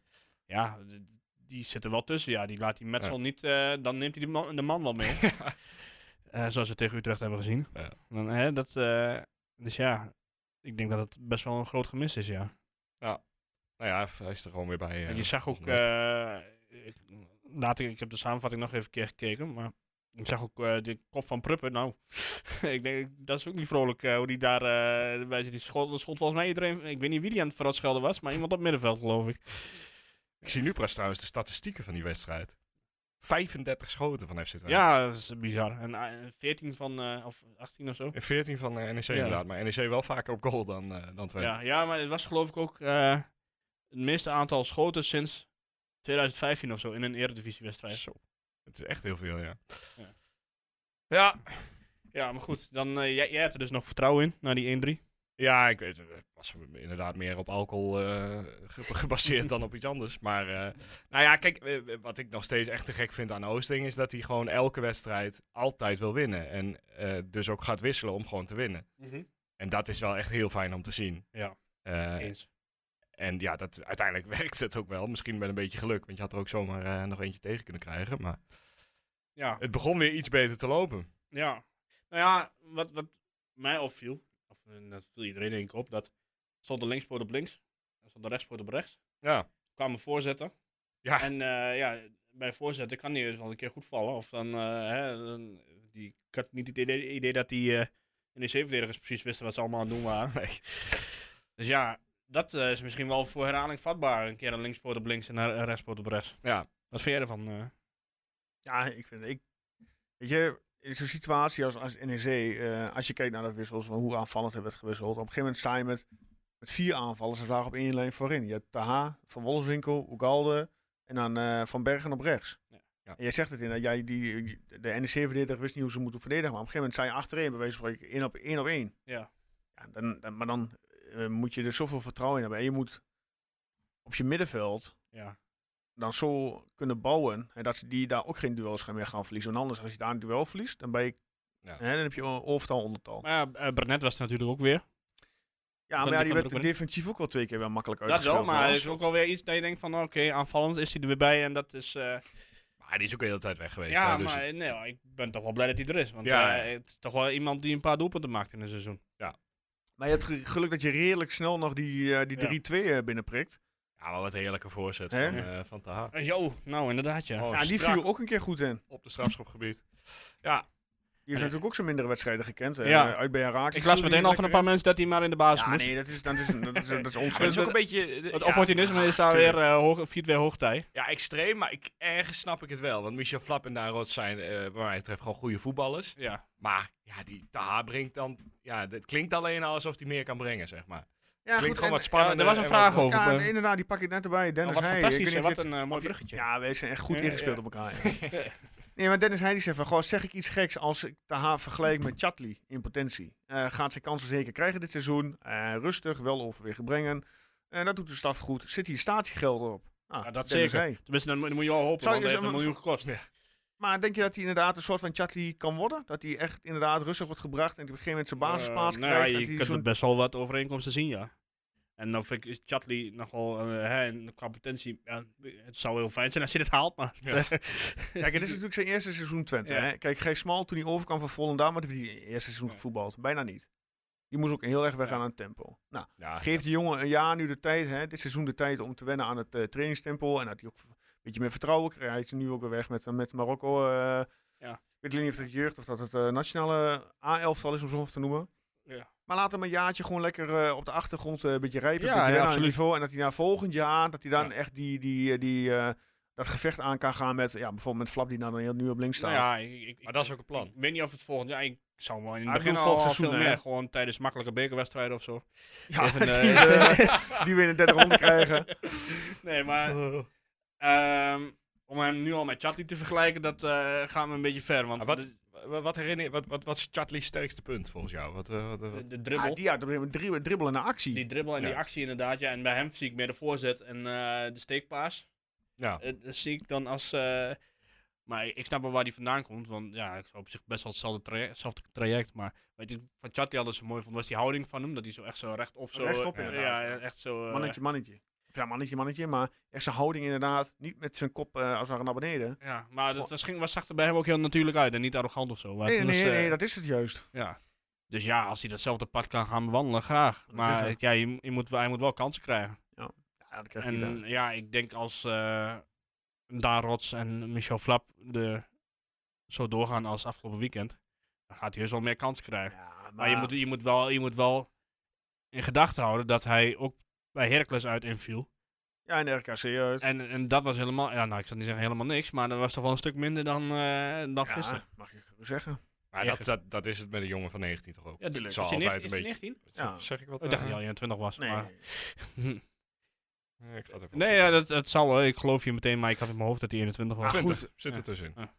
Ja, d- d- die zit er wel tussen. Ja, die laat die Metzel
Ja.
niet. eh, dan neemt hij de man, de man wel mee. Eh, zoals we tegen Utrecht hebben gezien.
Ja.
Dan, hè, dat, eh, dus ja, ik denk dat het best wel een groot gemis is, ja.
Nou ja, hij is er gewoon weer bij. eh,
en je zag ook.
volgens mij.
eh, ik, later, ik heb de samenvatting nog even een keer gekeken. Maar ik zag ook eh, de kop van Pruppen. Nou, ik denk, dat is ook niet vrolijk eh, hoe die daar. eh bij zit. Die schot, schot volgens mij iedereen. Ik weet niet wie die aan het verrotschelden was. Maar iemand op middenveld, geloof ik.
Ik zie nu pas trouwens de statistieken van die wedstrijd. 35 schoten van FC Twente.
Ja, dat is bizar. En eh, 14 van. eh, of 18 of zo.
En 14 van eh, NEC inderdaad. Maar NEC wel vaker op goal dan, eh dan Twente.
Ja, ja, maar het was geloof ik ook eh, het minste aantal schoten sinds 2015 of zo in een eredivisiewedstrijd.
Zo. Het is echt heel veel, ja.
Ja.
Ja. Ja,
Ja, maar goed, dan, eh, jij, jij hebt er dus nog vertrouwen in na die 1-3.
ik weet het. was inderdaad meer op alcohol eh, ge- gebaseerd dan op iets anders. Maar, eh, nou ja, kijk, eh, wat ik nog steeds echt te gek vind aan Oosting... is dat hij gewoon elke wedstrijd altijd wil winnen. En eh, dus ook gaat wisselen om gewoon te winnen. En dat is wel echt heel fijn om te zien.
Ja,
Eh,
eens.
En ja, dat, uiteindelijk werkt het ook wel. Misschien met een beetje geluk, want je had er ook zomaar eh, nog eentje tegen kunnen krijgen. Maar
Ja,
het begon weer iets beter te lopen.
ja. Nou ja, wat, wat mij opviel, of eh, dat viel iedereen denk ik op, dat stond de linkspoot op links, en stond de rechtspoot op rechts,
Ja,
kwamen voorzetten.
ja.
En eh, ja, bij voorzetten kan die dus wel een keer goed vallen. Of dan, eh, hè, dan- die, ik had niet het idee, idee dat die eh NEC-verdedigers precies wisten wat ze allemaal aan het doen waren.
Nee.
Dus ja, dat eh, is misschien wel voor herhaling vatbaar. Een keer een linkspoot op links en een rechtspoot op rechts.
ja.
Wat vind jij ervan? eh?
Ja, ik vind, ik, weet je, in zo'n situatie als, als NEC, eh, als je kijkt naar de wissels, van hoe aanvallend er werd gewisseld. Op een gegeven moment sta je met, met vier aanvallers en ze waren op één lijn voorin. Je hebt Taha, Van Wolfswinkel, Oegalde en dan eh, Van Bergen op rechts.
Ja.
Ja.
En jij zegt het inderdaad, jij, die, die- de NEC-verdediger wist niet hoe ze moeten verdedigen. Maar op een gegeven moment sta je achterin, bij wijze van spreken, één op één. Op één.
Ja.
Ja, dan, dan- maar dan eh, moet je er zoveel vertrouwen in hebben. En je moet op je middenveld
Ja.
dan zo kunnen bouwen. En dat ze die daar ook geen duels gaan meer gaan verliezen. Want anders, als je daar een duel verliest, dan, ben je,
Ja.
hè, dan heb je een overtal ondertal.
Maar ja, eh, Brenet was er natuurlijk ook weer.
ja,
die
maar ja, die
kan
werd
er ook in.
defensief ook wel twee keer wel makkelijk
Dat
uitgespeeld.
wel, maar het
trouwens.
is ook alweer iets dat je denkt van oké, aanvallend is hij er weer bij. En dat is... eh,
Maar die is ook de hele tijd weg geweest.
ja,
hè, dus
maar eh, nee, ik ben toch wel blij dat hij er is. Want
Ja,
eh,
ja.
het is toch wel iemand die een paar doelpunten maakt in een seizoen.
Maar je hebt ge- geluk dat je redelijk snel nog die, eh, die
Ja.
3-2 eh, binnenprikt.
ja, maar wat een heerlijke voorzet
Hè?
van, eh van Taha.
Eh, Jo, nou inderdaad ja.
Oh,
ja, die
strak
viel ook een keer goed in.
op de strafschopgebied. Ja,
heeft natuurlijk ook zijn mindere wedstrijden gekend. eh,
Ja.
uit bij Herakles
Ik las
viel
meteen
hij
al van
lekker
een paar mensen dat hij maar in de basis
in. Ja,
moest.
nee, dat is, dat is, dat is, dat is onzin.
Maar Dus het is ook
dat-
een beetje... eh,
Het
ja,
opportunisme is daar weer eh, hoog, 4-2 hoogtij.
Ja, extreem, maar ik, ergens snap ik het wel. Want Michel Flap en Daan Rots zijn, eh wat mij betreft, gewoon goede voetballers.
Ja.
Maar ja, die Taha brengt dan... Ja, het klinkt alleen al alsof hij meer kan brengen, zeg
Ja,
maar. klinkt
goed,
gewoon
en-
wat spannender.
er was een
en
vraag
wat-
over.
Ja,
eh,
en inderdaad, die pak ik net erbij.
Oh,
Dennis
wat
Heij, ik
fantastisch
weet
en
niet of
wat
je
een eh, mooi bruggetje.
Ja, wij zijn echt goed
Ja,
ingespeeld
ja.
op elkaar. ja. nee, maar Dennis Heij die zegt van, goh, zeg ik iets geks als ik Taha vergelijk met Chatli in potentie. Eh, gaat zijn kansen zeker krijgen dit seizoen. Eh, rustig, wel overwegen brengen. Eh, dat doet de staf goed. Zit hier statiegelden op? Ah,
Ja, dat
Dennis
zeker.
Heij.
Tenminste, dan moet- dan moet je wel hopen,
Zou
want
je
hij
zo-
heeft een miljoen gekost.
Maar denk je dat hij inderdaad een soort van Chatli kan worden? Dat hij echt inderdaad rustig wordt gebracht en die op een gegeven moment zijn basisplaats
Eh, nou ja,
krijgt? en
je
die
kunt
zo'n-
er best wel wat overeenkomsten zien, ja. En dan vind ik Chatley nogal, eh, hè, en qua potentie, ja, het zou heel fijn zijn als hij het haalt, maar...
Ja.
Kijk, het is natuurlijk zijn eerste seizoen Twente.
Ja.
Hè? Kijk, Gijs Smal, toen hij overkwam van Volendam, wat heeft hij eerste seizoen
Ja.
gevoetbald? Bijna niet. Die moest ook heel erg weg aan het tempo. Nou,
Ja,
geef die jongen een jaar nu de tijd, hè, dit seizoen de tijd om te wennen aan het eh, trainingstempo. En dat hij ook een beetje meer vertrouwen krijgt. Hij is nu ook weer weg met, eh, met Marokko. eh,
Ja.
Ik weet niet of het jeugd of dat het eh, nationale A-elftal is, om zo te noemen.
Ja.
Maar laat hem een jaartje gewoon lekker eh, op de achtergrond eh, een beetje rijpen.
Ja,
een beetje
ja,
wennen aan het
absoluut.
niveau. En dat hij na volgend jaar, dat hij dan
Ja.
echt die, die, eh, die, eh, dat gevecht aan kan gaan met ja, bijvoorbeeld met Flap die nou dan heel nu op links staat.
Nou ja, ik, ik-
maar dat is ook een plan.
Ik weet niet of het volgend jaar. Ik zou wel in
Ah,
het
ik
begin
bedoel
al
volgend
veel
seizoen,
meer
hè?
gewoon tijdens makkelijke bekerwedstrijden of zo.
Ja,
Even, eh,
die, eh, die we in de derde ronde krijgen.
Nee, maar
Oh.
ehm, om hem nu al met Chatli te vergelijken, dat eh gaan we een beetje ver. Want
Maar wat,
de,
wa- wat, herinner, je- wat, wat, wat is Chatley's sterkste punt volgens jou? Wat, eh, wat, eh, wat-
de, de dribbel,
Ja,
die,
Ah, die uit dribbelen, dribbelen naar actie.
dribbel en
Ja.
die actie inderdaad. Ja, en bij hem zie ik meer de voorzet en eh, de steekpaas.
ja.
Eh, dat zie ik dan als. eh, maar ik snap wel waar die vandaan komt. Want ja, het is op zich best wel hetzelfde traje- hetzelfde traject. Maar weet je, van Chatli hadden ze mooi vond, was die houding van hem. Dat hij zo echt zo rechtop zo.
Rechtop
eh,
inderdaad,
ja,
ja.
echt zo. eh,
Mannetje, mannetje. Of ja, mannetje, mannetje. Maar echt zijn houding inderdaad. Niet met zijn kop eh, als het ware naar beneden.
Ja, maar dat was, ging, was zag er bij hem ook heel natuurlijk uit en niet arrogant of zo. Maar
Nee,
toen
nee,
was,
nee,
eh,
dat is het juist.
ja. Dus ja, als hij datzelfde pad kan gaan bewandelen, graag.
Dat is
Maar
het.
ja, je, je moet, wel- hij moet wel kansen krijgen.
Ja, dat krijg je
En eh,
daar.
ja, ik denk als eh Darots en Michel Flap de, zo doorgaan als afgelopen weekend, dan gaat hij heus wel meer kansen krijgen.
Ja, maar,
Maar je moet, je, moet wel, je moet wel in gedachten houden dat hij ook bij Heracles uit inviel.
Ja, in de RKC uit.
En, en dat was helemaal, ja nou ik zal niet zeggen helemaal niks, maar dat was toch wel een stuk minder dan, eh,
Ja,
dan gisteren.
mag je gerust zeggen.
Maar dat, dat, dat is het met een jongen van 19 toch ook?
Ja,
Het zal altijd een beetje...
Ja.
Zeg ik wat?
Ik dacht
eh?
dat je al 21 was.
Nee.
maar-
Nee, ik ga het even
nee,
opzoeken.
ja, dat, dat zal wel. Ik geloof je meteen, maar ik had in mijn hoofd dat hij 21 was.
Ah,
20
goed.
zit
Ja.
er tussenin.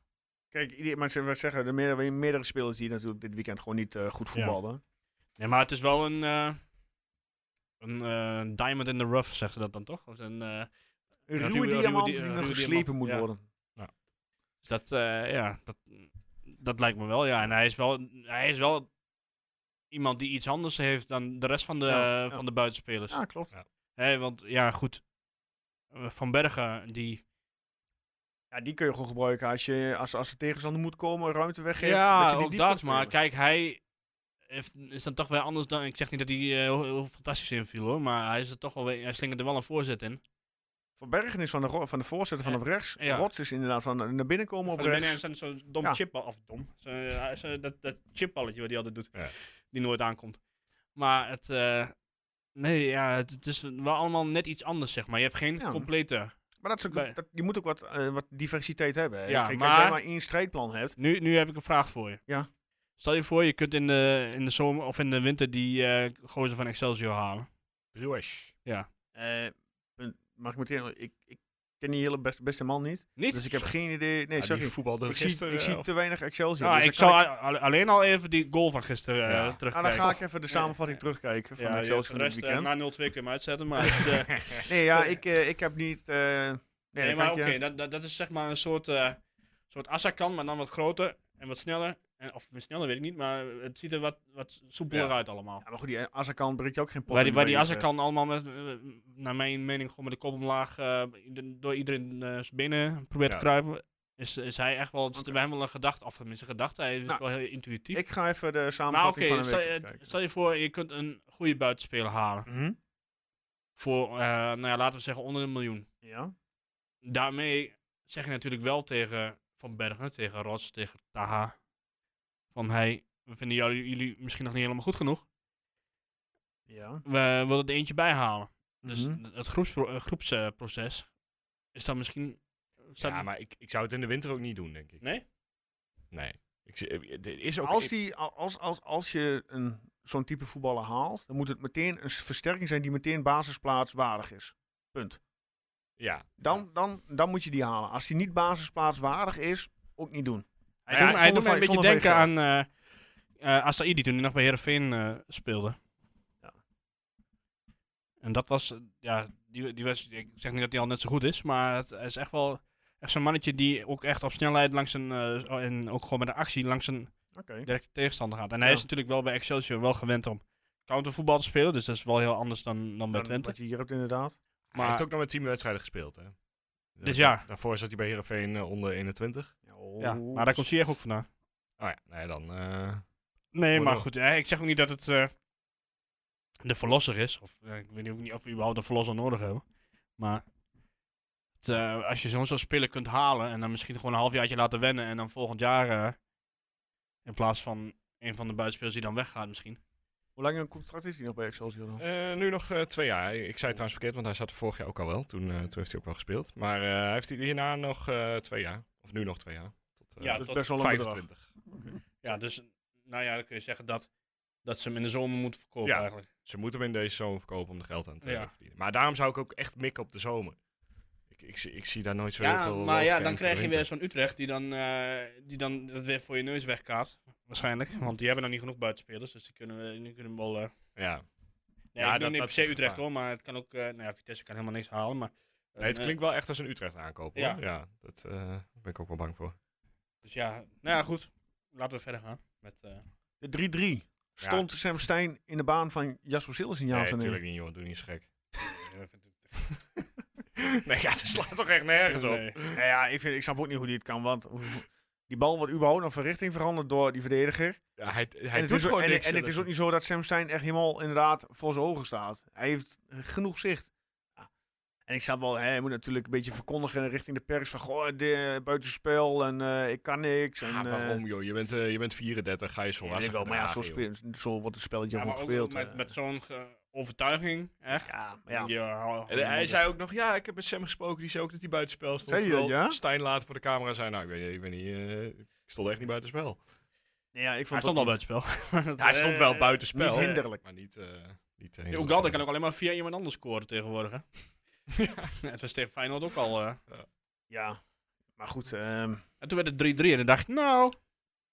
Kijk, ieder- maar ze we zeggen, er meerdere, meerdere spelers die natuurlijk dit weekend gewoon niet eh, goed
Ja.
voetbalden.
Nee, maar het is wel een, eh, een eh, diamond in the rough, zegt ze dat dan toch? Of een,
Een
eh, Ja,
ruwe
ruwe- ruwe
diamant
di-
die
eh,
nog
ruwe
geslepen
diamant,
moet
ja.
worden.
dus dat, eh, ja, dat, dat lijkt me wel, ja. En hij is wel, hij is wel iemand die iets anders heeft dan de rest van de,
Ja,
eh,
ja.
van de buitenspelers.
Ja, klopt.
Hè, want ja, goed. eh, Van Bergen, die...
Ja, die kun je gewoon gebruiken als, je, als, als de tegenstander moet komen, ruimte weggeeft.
ja,
je die
ook
diep kan
dat. Maar
spelen.
kijk, hij heeft, is dan toch weer anders dan... Ik zeg niet dat hij eh, heel, heel fantastisch inviel, hoor. Maar hij, is er toch wel weer, hij slingert er wel een voorzet in.
Van Bergen is van de, ro- van de voorzitter van
Ja.
op rechts.
Ja.
Rots is inderdaad van eh, naar binnen komen op
Van de
rechts.
Benjamin zijn zo'n dom
Ja.
chipbal. Of dom. Zo, eh, zo- dat, dat chipballetje wat hij altijd doet.
Ja.
Die nooit aankomt. Maar het... eh, nee, ja, het, het is wel allemaal net iets anders, zeg maar. Je hebt geen
Ja.
complete...
Maar dat is ook,
Bij-
dat- je moet ook wat, eh, wat diversiteit hebben. hè.
Ja,
Kijk, als
maar-
jij maar één strijdplan hebt.
Nu, nu heb ik een vraag voor je.
Ja.
Stel je voor, je kunt in de, in de zomer of in de winter die eh gozer van Excelsior halen.
Ruwesh.
eh, punt. mag ik meteen... Ik, ik ken die hele best, beste man niet.
Niet? Ah,
Dus ik heb geen idee... Nee,
Ja, die
sorry.
voetbalde
Ik zie,
gisteren,
ik
eh,
zie
of-
te weinig Excelsior.
Ja,
dus
Ah, ik
dan
zou
kan
al- alleen al even die goal van gisteren eh,
Ja.
Ah,
terugkijken.
dan ga ik even de samenvatting
Ja.
terugkijken van
ja,
Excelsior
de
van dit
rest, eh,
weekend.
na 0-2 kun je hem uitzetten, maar... het, eh,
Nee, ja, ik, eh, ik heb niet... eh, nee,
nee,
dat
maar
kan
oké,
ik je-
dat, dat, dat is zeg maar een soort, eh soort Assakan, maar dan wat groter en wat sneller. En, of sneller weet ik niet, maar het ziet er wat, wat soepeler
Ja.
uit allemaal.
Ja, maar goed, die eh, Azarkan breekt je ook geen pot.
Waar
in
die,
de
waar
benen,
die
zeg.
Azarkan allemaal, met, eh, naar mijn mening, gewoon met de kop omlaag eh, ieder- door iedereen eh, zijn binnen probeert
Ja.
te kruipen. Is, is hij echt wel, het is
Oké.
bij hem wel een gedachte, of tenminste een gedachte, hij is
Nou,
wel heel intuïtief.
Ik ga even de
maar
samenvatting
Nou, oké,
van
stel,
een week
eh,
kijken.
stel je voor, je kunt een goede buitenspeler halen.
Mhm.
Voor, eh, nou ja, laten we zeggen, onder een miljoen.
Ja.
Daarmee zeg je natuurlijk wel tegen Van Bergen, tegen Rots, tegen Taha. Van, hey, we vinden jullie, jullie misschien nog niet helemaal goed genoeg.
Ja.
We willen er eentje bij halen. Dus
Mhm.
het groepspro- eh, groepsproces is dan misschien... staat-
Ja, maar ik, ik zou het in de winter ook niet doen, denk ik.
Nee?
Nee. Ik, zie- eh, er is ook,
als, die, al- als, als, als je een, zo'n type voetballer haalt, dan moet het meteen een s- versterking zijn die meteen basisplaatswaardig is. Punt.
ja.
Dan, dan, dan moet je die halen. Als die niet basisplaatswaardig is, ook niet doen.
Hij,
Ja,
doet, me- hij
zonder
doet me een
vijf-
beetje
zonder
denken aan eh eh, Asaidi toen hij nog bij Heerenveen eh speelde.
Ja.
En dat was, eh, ja, die, die was, ik zeg niet dat hij al net zo goed is, maar het hij is echt wel echt zo'n mannetje die ook echt op snelheid langs een, eh, en ook gewoon met een actie langs een
Oké.
directe tegenstander gaat. En hij
Ja.
is natuurlijk wel bij Excelsior wel gewend om countervoetbal te spelen, dus dat is wel heel anders dan, dan bij
Dan
Twente.
Wat je hier hebt inderdaad.
Maar hij
Maar-
heeft ook nog met teamwedstrijden gespeeld, hè?
Dit jaar.
Daarvoor zat hij bij Heerenveen eh, onder 21.
oh.
Ja, maar daar komt Ziyech ook vandaan.
Oh ja, nee, dan... eh,
Nee,
Wordt
maar
ook-
goed, hè, ik zeg ook niet dat het eh, de verlosser is. Of eh, ik weet niet of- niet of we überhaupt een verlosser nodig hebben. Maar het, eh, als je zo'n soort speler kunt halen en dan misschien gewoon een halfjaartje laten wennen en dan volgend jaar eh, in plaats van een van de buitenspelers die dan weggaat misschien.
Hoe lang een contract heeft hij nog bij Excelsior dan?
eh, nu nog eh, twee jaar. Ik zei het trouwens verkeerd, want hij zat er vorig jaar ook al wel. Toen, eh, toen heeft hij ook wel gespeeld. Maar eh, hij heeft hierna nog eh, twee jaar. Of nu nog twee jaar. Tot, eh,
Ja,
dat is
tot
best wel een bedrag.
25.
Ja, dus nou ja, dan kun je zeggen dat, dat ze hem in de zomer moeten verkopen
Ja.
eigenlijk.
Ze moeten hem in deze zomer verkopen om er geld aan te
Ja.
verdienen. Maar daarom zou ik ook echt mikken op de zomer. Ik, ik, zie- ik zie daar nooit zo heel
Ja,
veel...
maar
logica
ja,
in
dan
voor de
krijg je
winter.
weer zo'n Utrecht die dan, eh, die dan dat weer voor je neus wegkaapt. Waarschijnlijk, want die hebben dan niet genoeg buitenspelers, dus die kunnen, die kunnen wel... eh,
Ja.
Nee,
Ja,
ik
dat- dat
dat, niet per
is
se
het
Utrecht
gevaar.
hoor, maar het kan ook, eh nou ja, Vitesse kan helemaal niks halen, maar...
Nee, het
eh,
klinkt wel echt als een Utrecht aankoop. hoor.
Ja.
Ja, dat, eh, daar ben ik ook wel bang voor.
Dus ja, nou ja, goed. Laten we verder gaan. Met, eh,
De 3-3 stond Sam Stein in de baan van Jasper Sillis een jaar
nee,
of nee.
natuurlijk niet, joh. Doe niet zo gek. nee, ja, dat slaat toch echt nergens op.
nee.
Nou ja, ik, vind, ik snap ook niet hoe die het kan, want hoe- die bal wordt überhaupt nog van richting veranderd door die verdediger.
Ja, hij
en
hij
het,
doet
is, ook-
gewoon
en,
niks.
en het is ook niet zo dat Sam Stein echt helemaal inderdaad voor zijn ogen staat. Hij heeft eh, genoeg zicht. Ja. En ik snap wel, hè, hij moet natuurlijk een beetje verkondigen richting de pers van, goh, de, buitenspel en eh, ik kan niks. En,
Ja,
eh,
Ah, waarom, joh? Je bent, eh, je bent 34, ga je zo
ja, ik
lastig
wel, maar ja, zo,
gedragen, joh.
speel- zo wordt het spelletje
Ja,
gewoon
maar ook
gespeeld.
met,
eh.
met zo'n ge- overtuiging, echt. eh,
ja, maar ja.
Je hou-
En hij zei ook nog, ja, ik heb met Sam gesproken, die zei ook dat hij buitenspel stond.
Zei hij dat,
terwijl
ja?
Stijn later voor de camera zei, nou, ik weet, ik weet niet, eh, ik stond echt niet buitenspel.
Nee, ja, ik
Hij
vond
stond
dat
al
niet-
buitenspel. Maar dat,
Ja, hij stond
eh,
wel buitenspel,
niet hinderlijk.
maar niet... eh niet eh,
eh,
hinderlijk.
Ugalde kan ook alleen maar via iemand anders scoren tegenwoordig, hè. Het was tegen Feyenoord ook al. eh.
Ja, maar goed. ehm,
En toen werd het 3-3 en dan dacht ik, nou...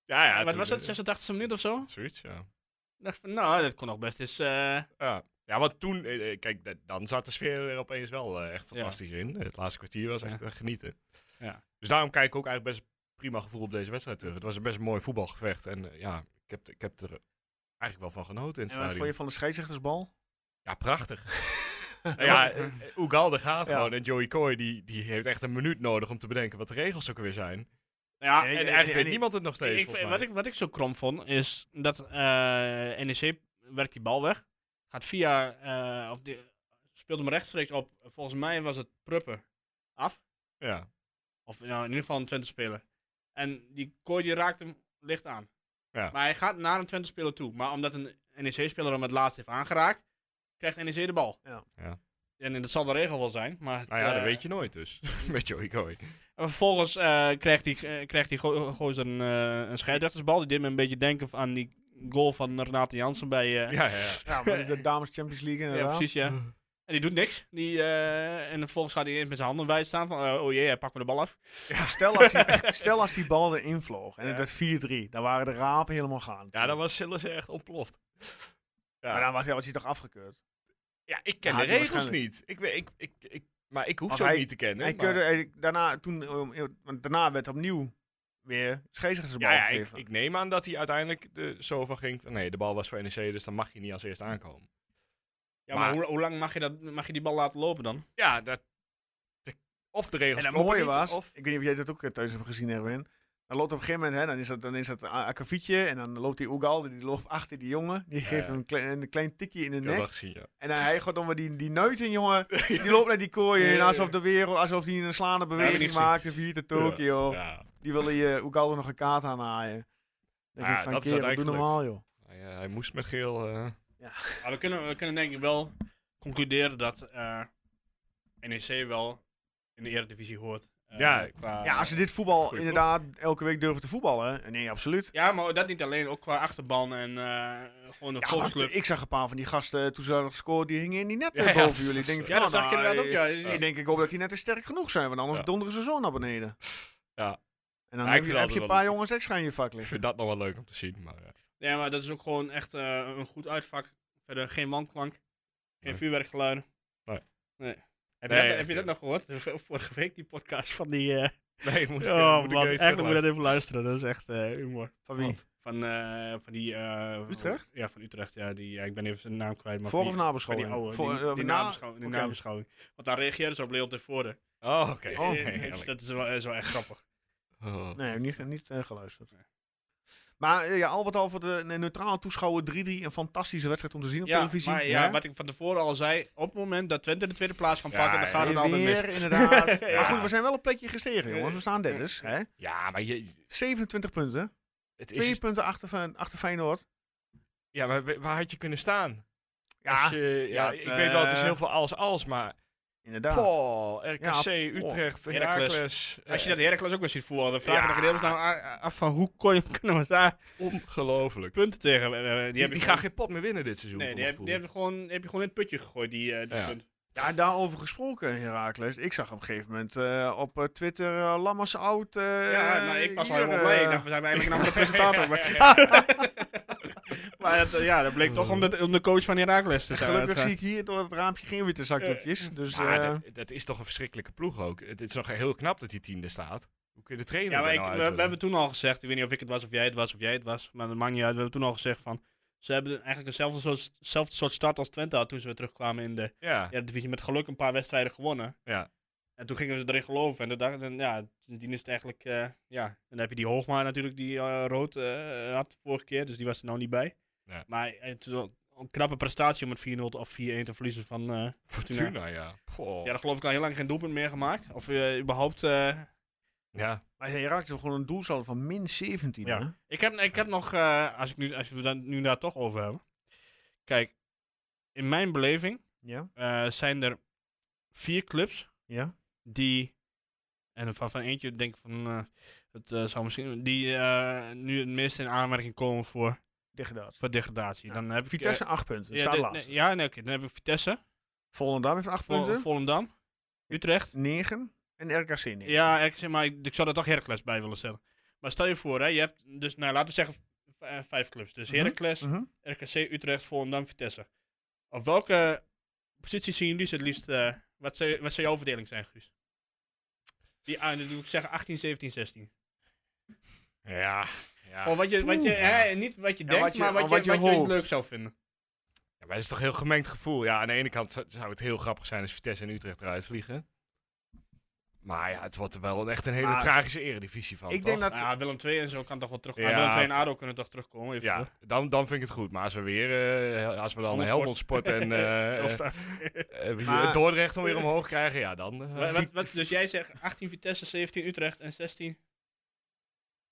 Ja, ja.
wat
toen-
was dat, 86e minuut of zo?
Zoiets, ja.
dacht van, nou, dat kon nog best eens... eh,
Ja, ja want toen, eh, eh, kijk, dat- dan zat de sfeer er opeens wel eh, echt
Ja.
fantastisch in. Het laatste kwartier was echt eh, genieten.
Ja.
Dus daarom kijk ik ook eigenlijk best prima gevoel op deze wedstrijd terug. Het was een best mooi voetbalgevecht. En eh, ja, ik heb, ik heb er eigenlijk wel van genoten in
en wat
het
vond
stadion.
je van de scheidsrechtersbal?
Ja, prachtig. Nou ja, eh, eh, Ugalde gaat
Ja.
gewoon. En Joey Coy, die, die heeft echt een minuut nodig om te bedenken wat de regels ook weer zijn.
ja,
Nee,
En
nee, nee,
eigenlijk weet
nee.
niemand het nog steeds,
Ik- ik-
volgens
wat,
mij.
ik, wat ik zo krom vond, is dat eh NEC werkt die bal weg. Gaat via, eh, of die, speelt hem rechtstreeks op, volgens mij was het Pruppen, af.
Ja,
Of nou, in ieder geval een Twente-speler. En die kooi die raakt hem licht aan.
Ja.
Maar hij gaat naar een Twente-speler toe. Maar omdat een NEC-speler hem het laatst heeft aangeraakt, krijgt NEC de bal.
Ja.
Ja.
En dat zal de regel wel zijn. Maar het,
nou ja, dat
eh,
weet je nooit dus. Met Joey Coy.
en vervolgens eh, krijgt die, eh, krijgt die go- gozer een, eh, een scheidsrechtersbal. Die deed me een beetje denken aan die goal van Renate Jansen bij... eh, ja,
Ja, ja, ja.
Ja, maar de Dames Champions League inderdaad.
precies, ja.
Mhm.
En die doet niks. Die, eh, en vervolgens gaat hij eerst met zijn handen wijd staan van... eh, oh jee, hij pakt me de bal af.
Stel, als die, stel als die bal erin vloog en
Ja.
het werd 4-3, dan waren de rapen helemaal gaan.
Ja, dan was Silas echt ontploft. Ja.
Maar dan was, ja, was hij toch afgekeurd?
Ja, ik ken
Ja,
de
die
regels
waarschijnlijk.
niet. Ik, weet- ik, ik, ik, maar ik hoef
Want
ze ook
hij-
niet te kennen.
hij
maar-
keurde, hij- daarna, toen, eh, want daarna werd opnieuw weer scheidsrechtersbal
ja, ja ik,
gegeven.
ik neem aan dat hij uiteindelijk de, zo van ging. van, Nee, de bal was voor NEC, dus dan mag je niet als eerst aankomen.
Ja, maar,
Maar-
hoe, hoe lang mag je, dat, mag je die bal laten lopen dan?
Ja, dat, de- of de regels
en het
kloppen
mooie
niet,
was,
of
ik weet niet of jij dat ook eh, thuis hebt gezien, Erwin. Dan loopt op een gegeven moment, hè, dan is dat, dan is dat een akkefietje en dan loopt die Oegal, die loopt achter die jongen. Die geeft
ja.
hem een klein, een klein tikje in de
ik heb
nek.
dat gezien, ja.
En hij gaat om die, die neuten, jongen. Die loopt naar die kooi heen, alsof de wereld, alsof hij een slaande
ik niet
beweging
gezien.
maakt. De vierde Tokio.
Ja.
Die willen je ook altijd nog een kaart aanhaaien. Denk
Ja,
ik, van
dat is
kerel,
dat
doe
eigenlijk
normaal, joh.
Hij, eh, hij moest met geel. eh,
Maar we kunnen, we kunnen denk ik wel concluderen dat eh, NEC wel in de eredivisie hoort. Eh,
Ja,
qua,
Ja, als je dit voetbal
goeie
inderdaad elke week durft te voetballen, hè? nee, absoluut.
ja, maar dat niet alleen, ook qua achterban en eh, gewoon een
Ja,
volksclub.
want ik zag een paar van die gasten eh, toen ze hadden gescoord, die hingen in die net
Ja,
eh,
ja,
boven
dat-
jullie. Ik Denk, nou, eh,
ja, dat zag ik inderdaad ook, ja.
Ik denk, ik hoop dat die net sterk genoeg zijn, want anders
Ja.
donderen ze zo naar beneden.
Ja.
En dan
Ja, ik
heb je,
vind
heb
altijd
je een
wel
paar
leuk.
jongens extra in je vak
ik
liggen.
vind dat nog wel leuk om te zien. Maar, eh,
Ja, maar dat is ook gewoon echt eh, een goed uitvak. Verder geen wanklank, geen
Nee.
vuurwerkgeluiden.
Nee.
nee. Heb,
Nee,
je dat,
echt,
heb je dat
ja.
nog gehoord? Vorige week die podcast van die... eh,
nee, ik moet,
oh
moet ik
man,
eens
eigenlijk moet je dat
terugluisteren.
even luisteren. Dat is echt eh, humor.
Van wie?
Want-
Van, eh, van die... eh,
Utrecht?
Ja, van Utrecht. Ja, die, ja, ik ben even zijn naam kwijt. Maar
Voor
van
of
die, van die
nabeschouwing?
oude,
Voor-
die,
eh,
die
na-
nabeschouwing, die
Oké.
nabeschouwing. Want daar reageerden ze op Leon tevoren.
Oh, oké.
Oh,
Nee,
dus
heerlijk.
dat is wel, is wel echt grappig.
Oh.
Nee, heb niet, niet eh, geluisterd.
Nee.
Maar eh, ja, al wat al voor de een neutrale toeschouwer 3-3, een fantastische wedstrijd om te zien op
Ja,
televisie.
maar ja, wat ik van tevoren al zei, op het moment dat Twente de tweede plaats kan
Ja,
pakken, dan gaat
Weer
het altijd mis.
weer, inderdaad.
Ja.
Maar goed, we zijn wel een plekje gestegen, jongens. We staan derders. Hè?
Ja, maar je,
27 punten.
het
Twee
is,
punten achter, Fey- achter Feyenoord.
ja, maar we- waar had je kunnen staan?
Ja,
Als je- ja,
dat,
ik weet wel, het is
eh,
heel veel als-als, maar...
inderdaad.
Paul, RKC,
Ja, poh.
Utrecht,
Heracles.
Heracles.
Als je
eh,
dat Heracles ook weer ziet voetballen, dan vragen
Ja.
de gedeeltes nou a- af van hoe kon je, kunnen we daar
Ongelooflijk.
punten tegen? eh, eh,
ah, Die, die,
hebben
gaan
gewoon-
geen pot meer winnen dit seizoen.
Nee,
voor
die,
mijn
heb, die
gevoel.
hebben gewoon, heb je gewoon in het putje gegooid, die, eh, die
Ja.
punt.
Ja, daarover gesproken, Herakles. Ik zag op een gegeven moment eh, op eh, Twitter eh, Lammers oud. eh,
ja, nou, ik was wel
hier,
helemaal blij.
eh,
Ik dacht, we zijn eigenlijk een andere presentator. Maar, maar dat, eh, ja, dat bleek toch om de, om de coach van Heracles te zijn.
Gelukkig
Dat, eh,
zie ik hier door het raampje geen witte zakdoekjes. Dus
nou,
Maar
eh,
dat, dat is toch een verschrikkelijke ploeg ook. Het is nog heel knap dat die tiende staat. Hoe kun je de trainer
Ja, maar
er
ik,
nou
we,
uit
we
willen?
hebben toen al gezegd, ik weet niet of ik het was of jij het was of jij het was, maar dat maakt niet uit. We hebben toen al gezegd van, ze hebben eigenlijk dezelfde soort, zelfde soort start als Twente had toen ze weer terugkwamen in de
Ja, ja.
divisie. Met geluk een paar wedstrijden gewonnen.
Ja.
En toen gingen ze erin geloven. En, dat, dacht- en ja, sindsdien is het eigenlijk, eh, ja. En dan heb je die Hoogma natuurlijk, die eh, rood eh, had de vorige keer, dus die was er nou niet bij.
Ja.
Maar eh, het is wel een knappe prestatie om met 4-0 of 4-1 te verliezen van... eh,
Fortuna, ja. Poh.
ja, daar geloof ik al heel lang geen doelpunt meer gemaakt. Of eh, überhaupt... eh,
Ja.
maar Herakles heeft gewoon een doelsaldo van min 17.
Ja.
hè?
Ik heb, ik heb nog, eh, als, ik nu, als we het nu daar toch over hebben. Kijk, in mijn beleving
ja.
eh, zijn er vier clubs
ja.
die, en van, van eentje denk ik van, eh, het eh, zou misschien, die eh, nu het meest in aanmerking komen voor,
Degradatie.
voor degradatie.
Ja.
Dan heb ik, eh,
Vitesse 8 punten.
ja,
staat
de-
laatst.
nee, ja, nee, oké. Dan hebben we Vitesse,
Volendam heeft 8
Vol-
punten.
Volendam, Utrecht.
9 en RKC 9.
Ja, ik, zeg maar, ik, ik zou er toch Heracles bij willen stellen. Maar stel je voor, hè, je hebt dus, nou, laten we zeggen v- eh, vijf clubs. Dus
Mhm,
Heracles,
Mhm.
RKC, Utrecht, Volendam, Vitesse. Op welke positie zien jullie ze het liefst? eh, wat, zou, wat zou jouw verdeling zijn, Guus? Die, ah, dan doe ik zeggen 18, 17, 16.
Ja. Ja.
Gewoon wat je, wat je, hè, niet wat je
Ja,
denkt,
wat je-
maar wat je,
wat je
wat je
hoopt.
leuk zou vinden.
Ja, maar het is toch een heel gemengd gevoel. Ja, aan de ene kant zou- zou het heel grappig zijn als Vitesse en Utrecht eruit vliegen. Maar ja, het wordt er wel een- echt een hele
Maar-
tragische eredivisie van,
Ik
toch?
denk dat...
Nou ja, Willem II en zo kan toch wel terugkomen.
Ja.
Willem II en ADO kunnen toch terugkomen. Even
Ja, dan, dan vind ik het goed. Maar als we weer, eh, als we dan
Helmond
Helmond Sport en eh,
Heel sterk.
eh, eh,
Maar-
Dordrecht dan weer omhoog krijgen, ja dan... eh,
Wat- wat, wat, dus jij zegt 18 Vitesse, 17 Utrecht en 16.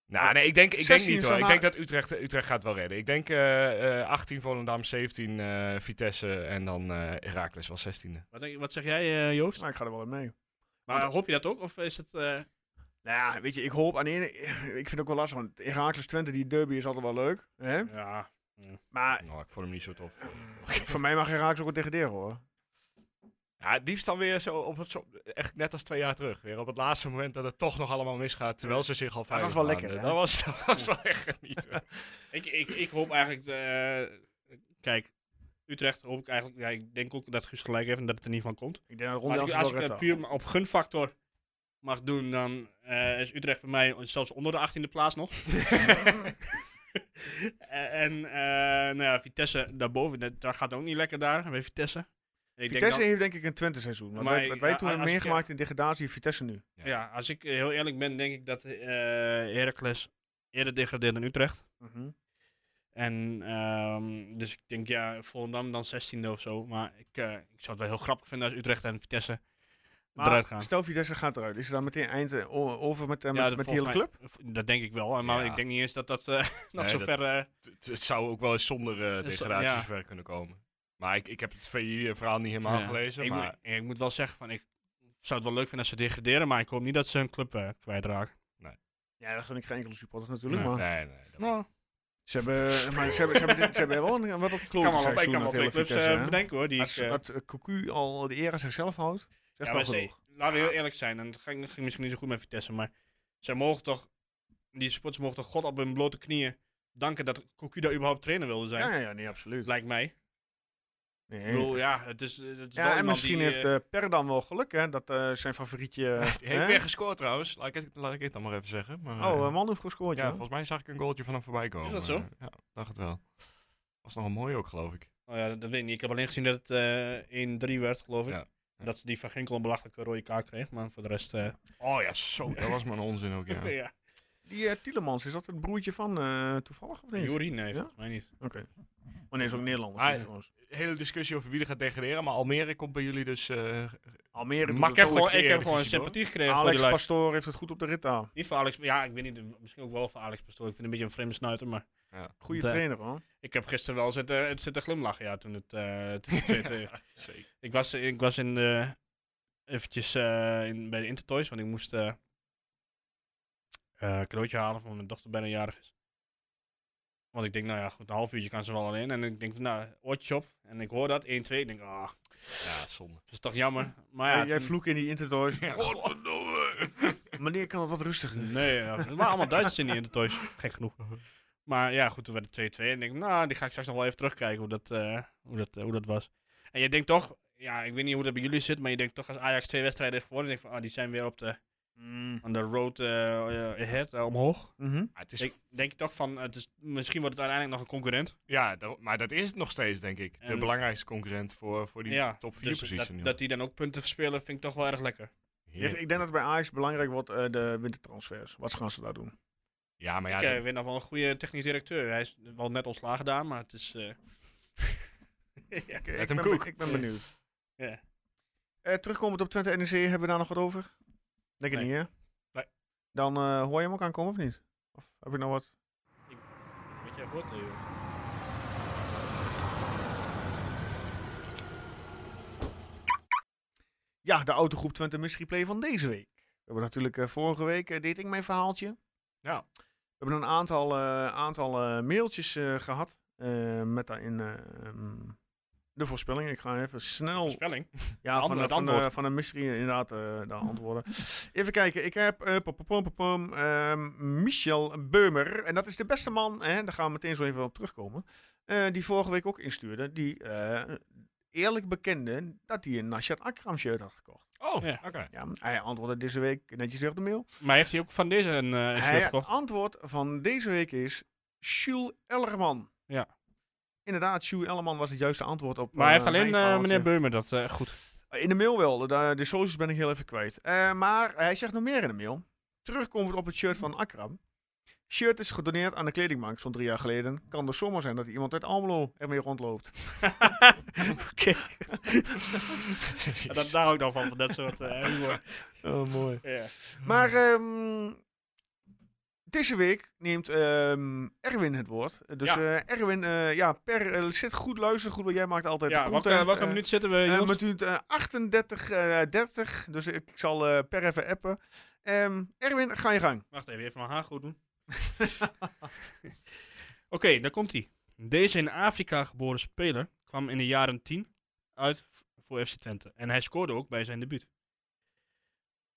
Nou, nee, ik denk, ik denk
16
niet
is
hoor. Ik
wel
denk
maar-
dat Utrecht, eh, Utrecht gaat wel redden. Ik denk eh, eh, 18 Volendam, 17 eh, Vitesse en dan eh Heracles wel 16e.
Wat, denk- wat zeg jij, eh, Joost?
Nou, ik ga er wel in mee.
Maar eh, hoop je dat ook? Of is het... eh,
Nou ja, weet je, ik hoop aan de ene... Ik vind het ook wel lastig, want Herakles Twente, die derby is altijd wel leuk. Hè?
ja,
Maar
Nou, ik vond hem niet zo tof.
voor mij mag Herakles ook wel degraderen, hoor.
Ja, het liefst dan weer zo, op het, zo- echt net als twee jaar terug. Weer op het laatste moment dat het toch nog allemaal misgaat, terwijl ze zich al
was
veilig
wel
maanden-
lekker, hè?
Dat was, dat was wel echt niet.
Ik, ik, ik hoop eigenlijk. eh, kijk, Utrecht hoop ik eigenlijk. Ja, ik denk ook dat Guus gelijk heeft en dat het er niet van komt.
Ik denk dat
Maar
Ron
als ik,
Jansen
als
wel
ik het
redt.
puur op gunfactor mag doen, dan eh, is Utrecht bij mij zelfs onder de 18e plaats nog. en eh, nou ja, Vitesse daarboven, dat, dat gaat ook niet lekker daar bij Vitesse. Ik denk
Vitesse
dan-
heeft denk ik een Twente seizoen. Want
Maar
wij, wat wij
ja,
toen hebben
als ik-
meegemaakt in degradatie, Vitesse nu.
heeft-
ja, als ik eh, heel eerlijk ben, denk ik dat eh Heracles eerder degradeert dan Utrecht.
Mhm.
En ehm, dus ik denk ja, Volendam dan 16e of zo. Maar ik, eh, ik zou het wel heel grappig vinden als Utrecht en Vitesse
Maar
eruit gaan.
stel Vitesse gaat eruit. Is er dan meteen eind eh, o- over met, eh, met,
Ja,
met die hele
volgens
club?
mij- v- Dat denk ik wel, eh, maar
Ja.
ik denk niet eens dat dat eh, nog
Nee,
zo
dat-
ver... eh,
Het, het zou ook wel eens zonder eh,
Dus,
degradatie
ja.
ver kunnen komen. Maar ik, ik heb het VI-verhaal niet helemaal
ja.
gelezen.
Ik,
maar
moet, ik moet wel zeggen, van, ik zou het wel leuk vinden als ze degraderen, maar ik hoop niet dat ze hun club eh, kwijtraken.
Ja, dat gun ik geen enkele supporters natuurlijk.
Nee.
maar
Nee, nee. dat-
Nou,
ze hebben, eh, maar ze hebben, ze hebben, dit- ze hebben wel een, wat op klopt.
kan wel, ik kan wel twee
Dus,
clubs eh, bedenken hoor. Die
Als,
ik, eh,
dat eh, Cocu al de eer aan zichzelf houdt, zegt
Ja,
wel
maar ze-
genoeg.
laten we heel eerlijk zijn, en dat ging, dat ging misschien niet zo goed met Vitesse, maar zij mogen toch, die sports mogen toch God op hun blote knieën danken dat Cocu daar überhaupt trainer wilde zijn.
Ja, ja, ja, nee, absoluut.
Lijkt mij.
Nee.
Ik bedoel, ja, het is, het is wel
Ja, en
iemand
misschien
die,
heeft
eh,
eh Perdan wel geluk, hè, dat eh, zijn favorietje...
Die heeft
hè?
weer gescoord trouwens. Laat ik het, laat ik het dan maar even zeggen. Maar, eh,
Oh, eh, man heeft gescoord,
ja,
ja.
volgens mij zag ik een goaltje van hem voorbij komen.
dat zo?
Eh, Ja, dacht het wel. Was nogal mooi ook, geloof ik.
eh,
oh ja, dat, dat weet ik niet. Ik heb alleen gezien dat het eh 1-3 werd, geloof ik.
Ja. Ja.
Dat die van Ginkel een belachelijke rode kaart kreeg, maar voor de rest... eh,
Oh ja, zo. Dat was maar een onzin ook, ja.
ja.
Die eh Tielemans, is dat het broertje van eh, toevallig of niet?
Jury, nee,
Ja?
volgens mij niet.
Oké. Oh nee, is ook Nederlanders.
Ah,
hè, trouwens.
Hele discussie over wie er gaat degraderen. Maar Almere komt bij jullie dus... eh,
Almere doet
Maar
het
Ik heb
ook.
gewoon,
keer
ik heb
Eredivisie,
gewoon
hoor.
sympathie gekregen voor
Alex
die lui.
Pastoor heeft het goed op de rit aan.
Niet voor Alex, ja, ik weet niet, eh, misschien ook wel voor Alex Pastoor. Ik vind het een beetje een vreemde snuiter, maar...
Goede
Want, eh,
trainer, hoor.
Ik heb gisteren wel zitten, het zitten glimlachen, ja, toen het eh, toen het 2-2 werd.
Zeker.
ik, was, ik was in de, eventjes eh, in, bij de Intertoys, want ik moest eh, eh, een cadeautje halen, want mijn dochter bijna jarig is. Want ik denk, nou ja, goed, een half uurtje kan ze wel alleen. En ik denk, van, nou, oortje op. En ik hoor dat, 1-2. Ik denk, ah,
Ja, zonde.
dat is toch jammer. Maar ja,
jij
toen-
vloekt in die intertoys. nou,
Godverdomme.
eh. Meneer kan het wat rustiger.
Nee, ja, het waren allemaal Duitsers in die Intertoys, gek genoeg. Maar ja, goed, toen werd het 2-2. En ik denk, nou, die ga ik straks nog wel even terugkijken hoe dat, eh, hoe dat, eh, hoe dat was. En je denkt toch, ja, ik weet niet hoe dat bij jullie zit, maar je denkt toch als Ajax twee wedstrijden heeft gewonnen, denk je van, ah, die zijn weer op de
Mm.
on the road eh, eh, ahead, eh, omhoog.
Mhm.
Maar het is
Denk, denk je toch van, het is, misschien wordt het uiteindelijk nog een concurrent.
Ja, daar- maar dat is het nog steeds, denk ik. De
En-
belangrijkste concurrent voor, voor die
ja,
top 4
dus
positie. nu.
dat, dat die dan ook punten verspelen, vind ik toch wel erg lekker.
Ik ik denk dat het bij Ajax belangrijk wordt, eh, de wintertransfers. Wat gaan ze daar doen?
ja, maar ja,
ik
dat-
eh, weet nog wel een goede technisch directeur. Hij is wel net ontslagen gedaan, maar het is... eh, ja.
Ik- ik,
hem
ben, be-
koek.
ik ben benieuwd.
Ja.
Eh, terugkomend op Twente NEC, hebben we daar nog wat over? Denk ik
Nee.
niet, hè?
Nee.
Dan eh, hoor je hem ook aankomen of niet? Of heb ik nog wat?
Wat jij hoort, eh, joh.
Ja, de autogroep Twente Mystery Play van deze week. We hebben natuurlijk eh, vorige week, eh, deed ik mijn verhaaltje.
Ja.
We hebben een aantal, eh, aantal eh, mailtjes eh, gehad eh, met daarin eh, ehm, de voorspellingen. Ik ga even
Oh.
snel
Voorspelling.
ja, van,
Ander-
de,
het
van, de,
antwoord.
van de mystery eh, inderdaad eh de antwoorden. Even kijken, ik heb eh, pom, pom, pom, pom, pom, ehm, Michel Beumer. En dat is de beste man, hè, daar gaan we meteen zo even op terugkomen. eh, die vorige week ook instuurde. Die eh, eerlijk bekende dat hij een Nashat Akram shirt had gekocht.
Oh,
Ja.
oké.
Ja, hij antwoordde deze week netjes weer op de mail.
Maar heeft hij ook van deze een eh, een
Hij-
shirt
het
gekocht?
antwoord van deze week is Jules Ellerman.
Ja.
Inderdaad, Jules Ellerman was het juiste antwoord op.
Maar hij heeft
eh,
alleen
mijn
eh,
verhaaltje.
meneer Beumer dat eh, goed.
In de mail wel, de, de socials ben ik heel even kwijt. Eh, maar hij zegt nog meer in de mail. Terugkomend op het shirt van Akram. Shirt is gedoneerd aan de kledingbank zo'n drie jaar geleden. Kan dus zomaar zijn dat iemand uit Almelo ermee rondloopt.
Oké. dat daar ook dan van, van dat soort eh, humor.
Oh, mooi.
Ja.
Maar ehm, deze week neemt ehm, Erwin het woord. Dus
Ja.
eh, Erwin, eh, ja, per, eh, zit goed luisteren. Goed, want jij maakt altijd
Ja,
de
welke,
content.
welke
eh,
minuut zitten we,
Eh,
Joost?
met u het, eh, 38, eh 30. Dus ik zal eh, per even appen. Ehm, Erwin, ga je gang.
Wacht even, even mijn haar goed doen. Oké, daar komt hij. Deze in Afrika geboren speler kwam in de jaren 10 uit v- voor FC Twente. En hij scoorde ook bij zijn debuut.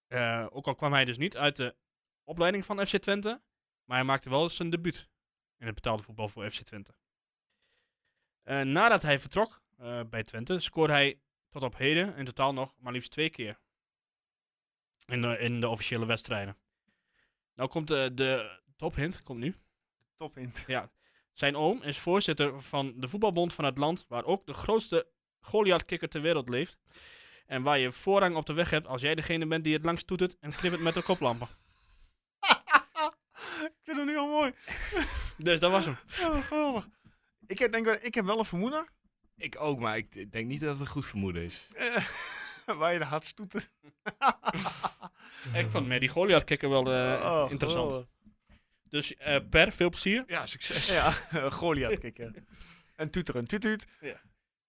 Eh, ook al kwam hij dus niet uit de opleiding van FC Twente, maar hij maakte wel zijn debuut in het betaalde voetbal voor FC Twente. Eh, nadat hij vertrok eh, bij Twente, scoorde hij tot op heden in totaal nog maar liefst twee keer in de, in de officiële wedstrijden. Nou komt eh, de tophint, komt nu.
Top hint.
Ja. Zijn oom is voorzitter van de voetbalbond van het land waar ook de grootste Goliath-kikker ter wereld leeft. En waar je voorrang op de weg hebt als jij degene bent die het langst toetert en knippert met de koplampen.
Ik vind hem nu al mooi.
Dus dat was hem.
Oh, geweldig. Ik heb, denk, wel- ik heb wel een vermoeden.
Ik ook, maar ik d- denk niet dat het een goed vermoeden is.
Eh, Waar je de had stoeten.
Ik vond Mary Goliath kicken wel eh,
Oh,
interessant.
geweldig.
Dus eh, Per, veel plezier.
Ja, succes.
Ja, Goliath kicken. En tuteren, tutuut.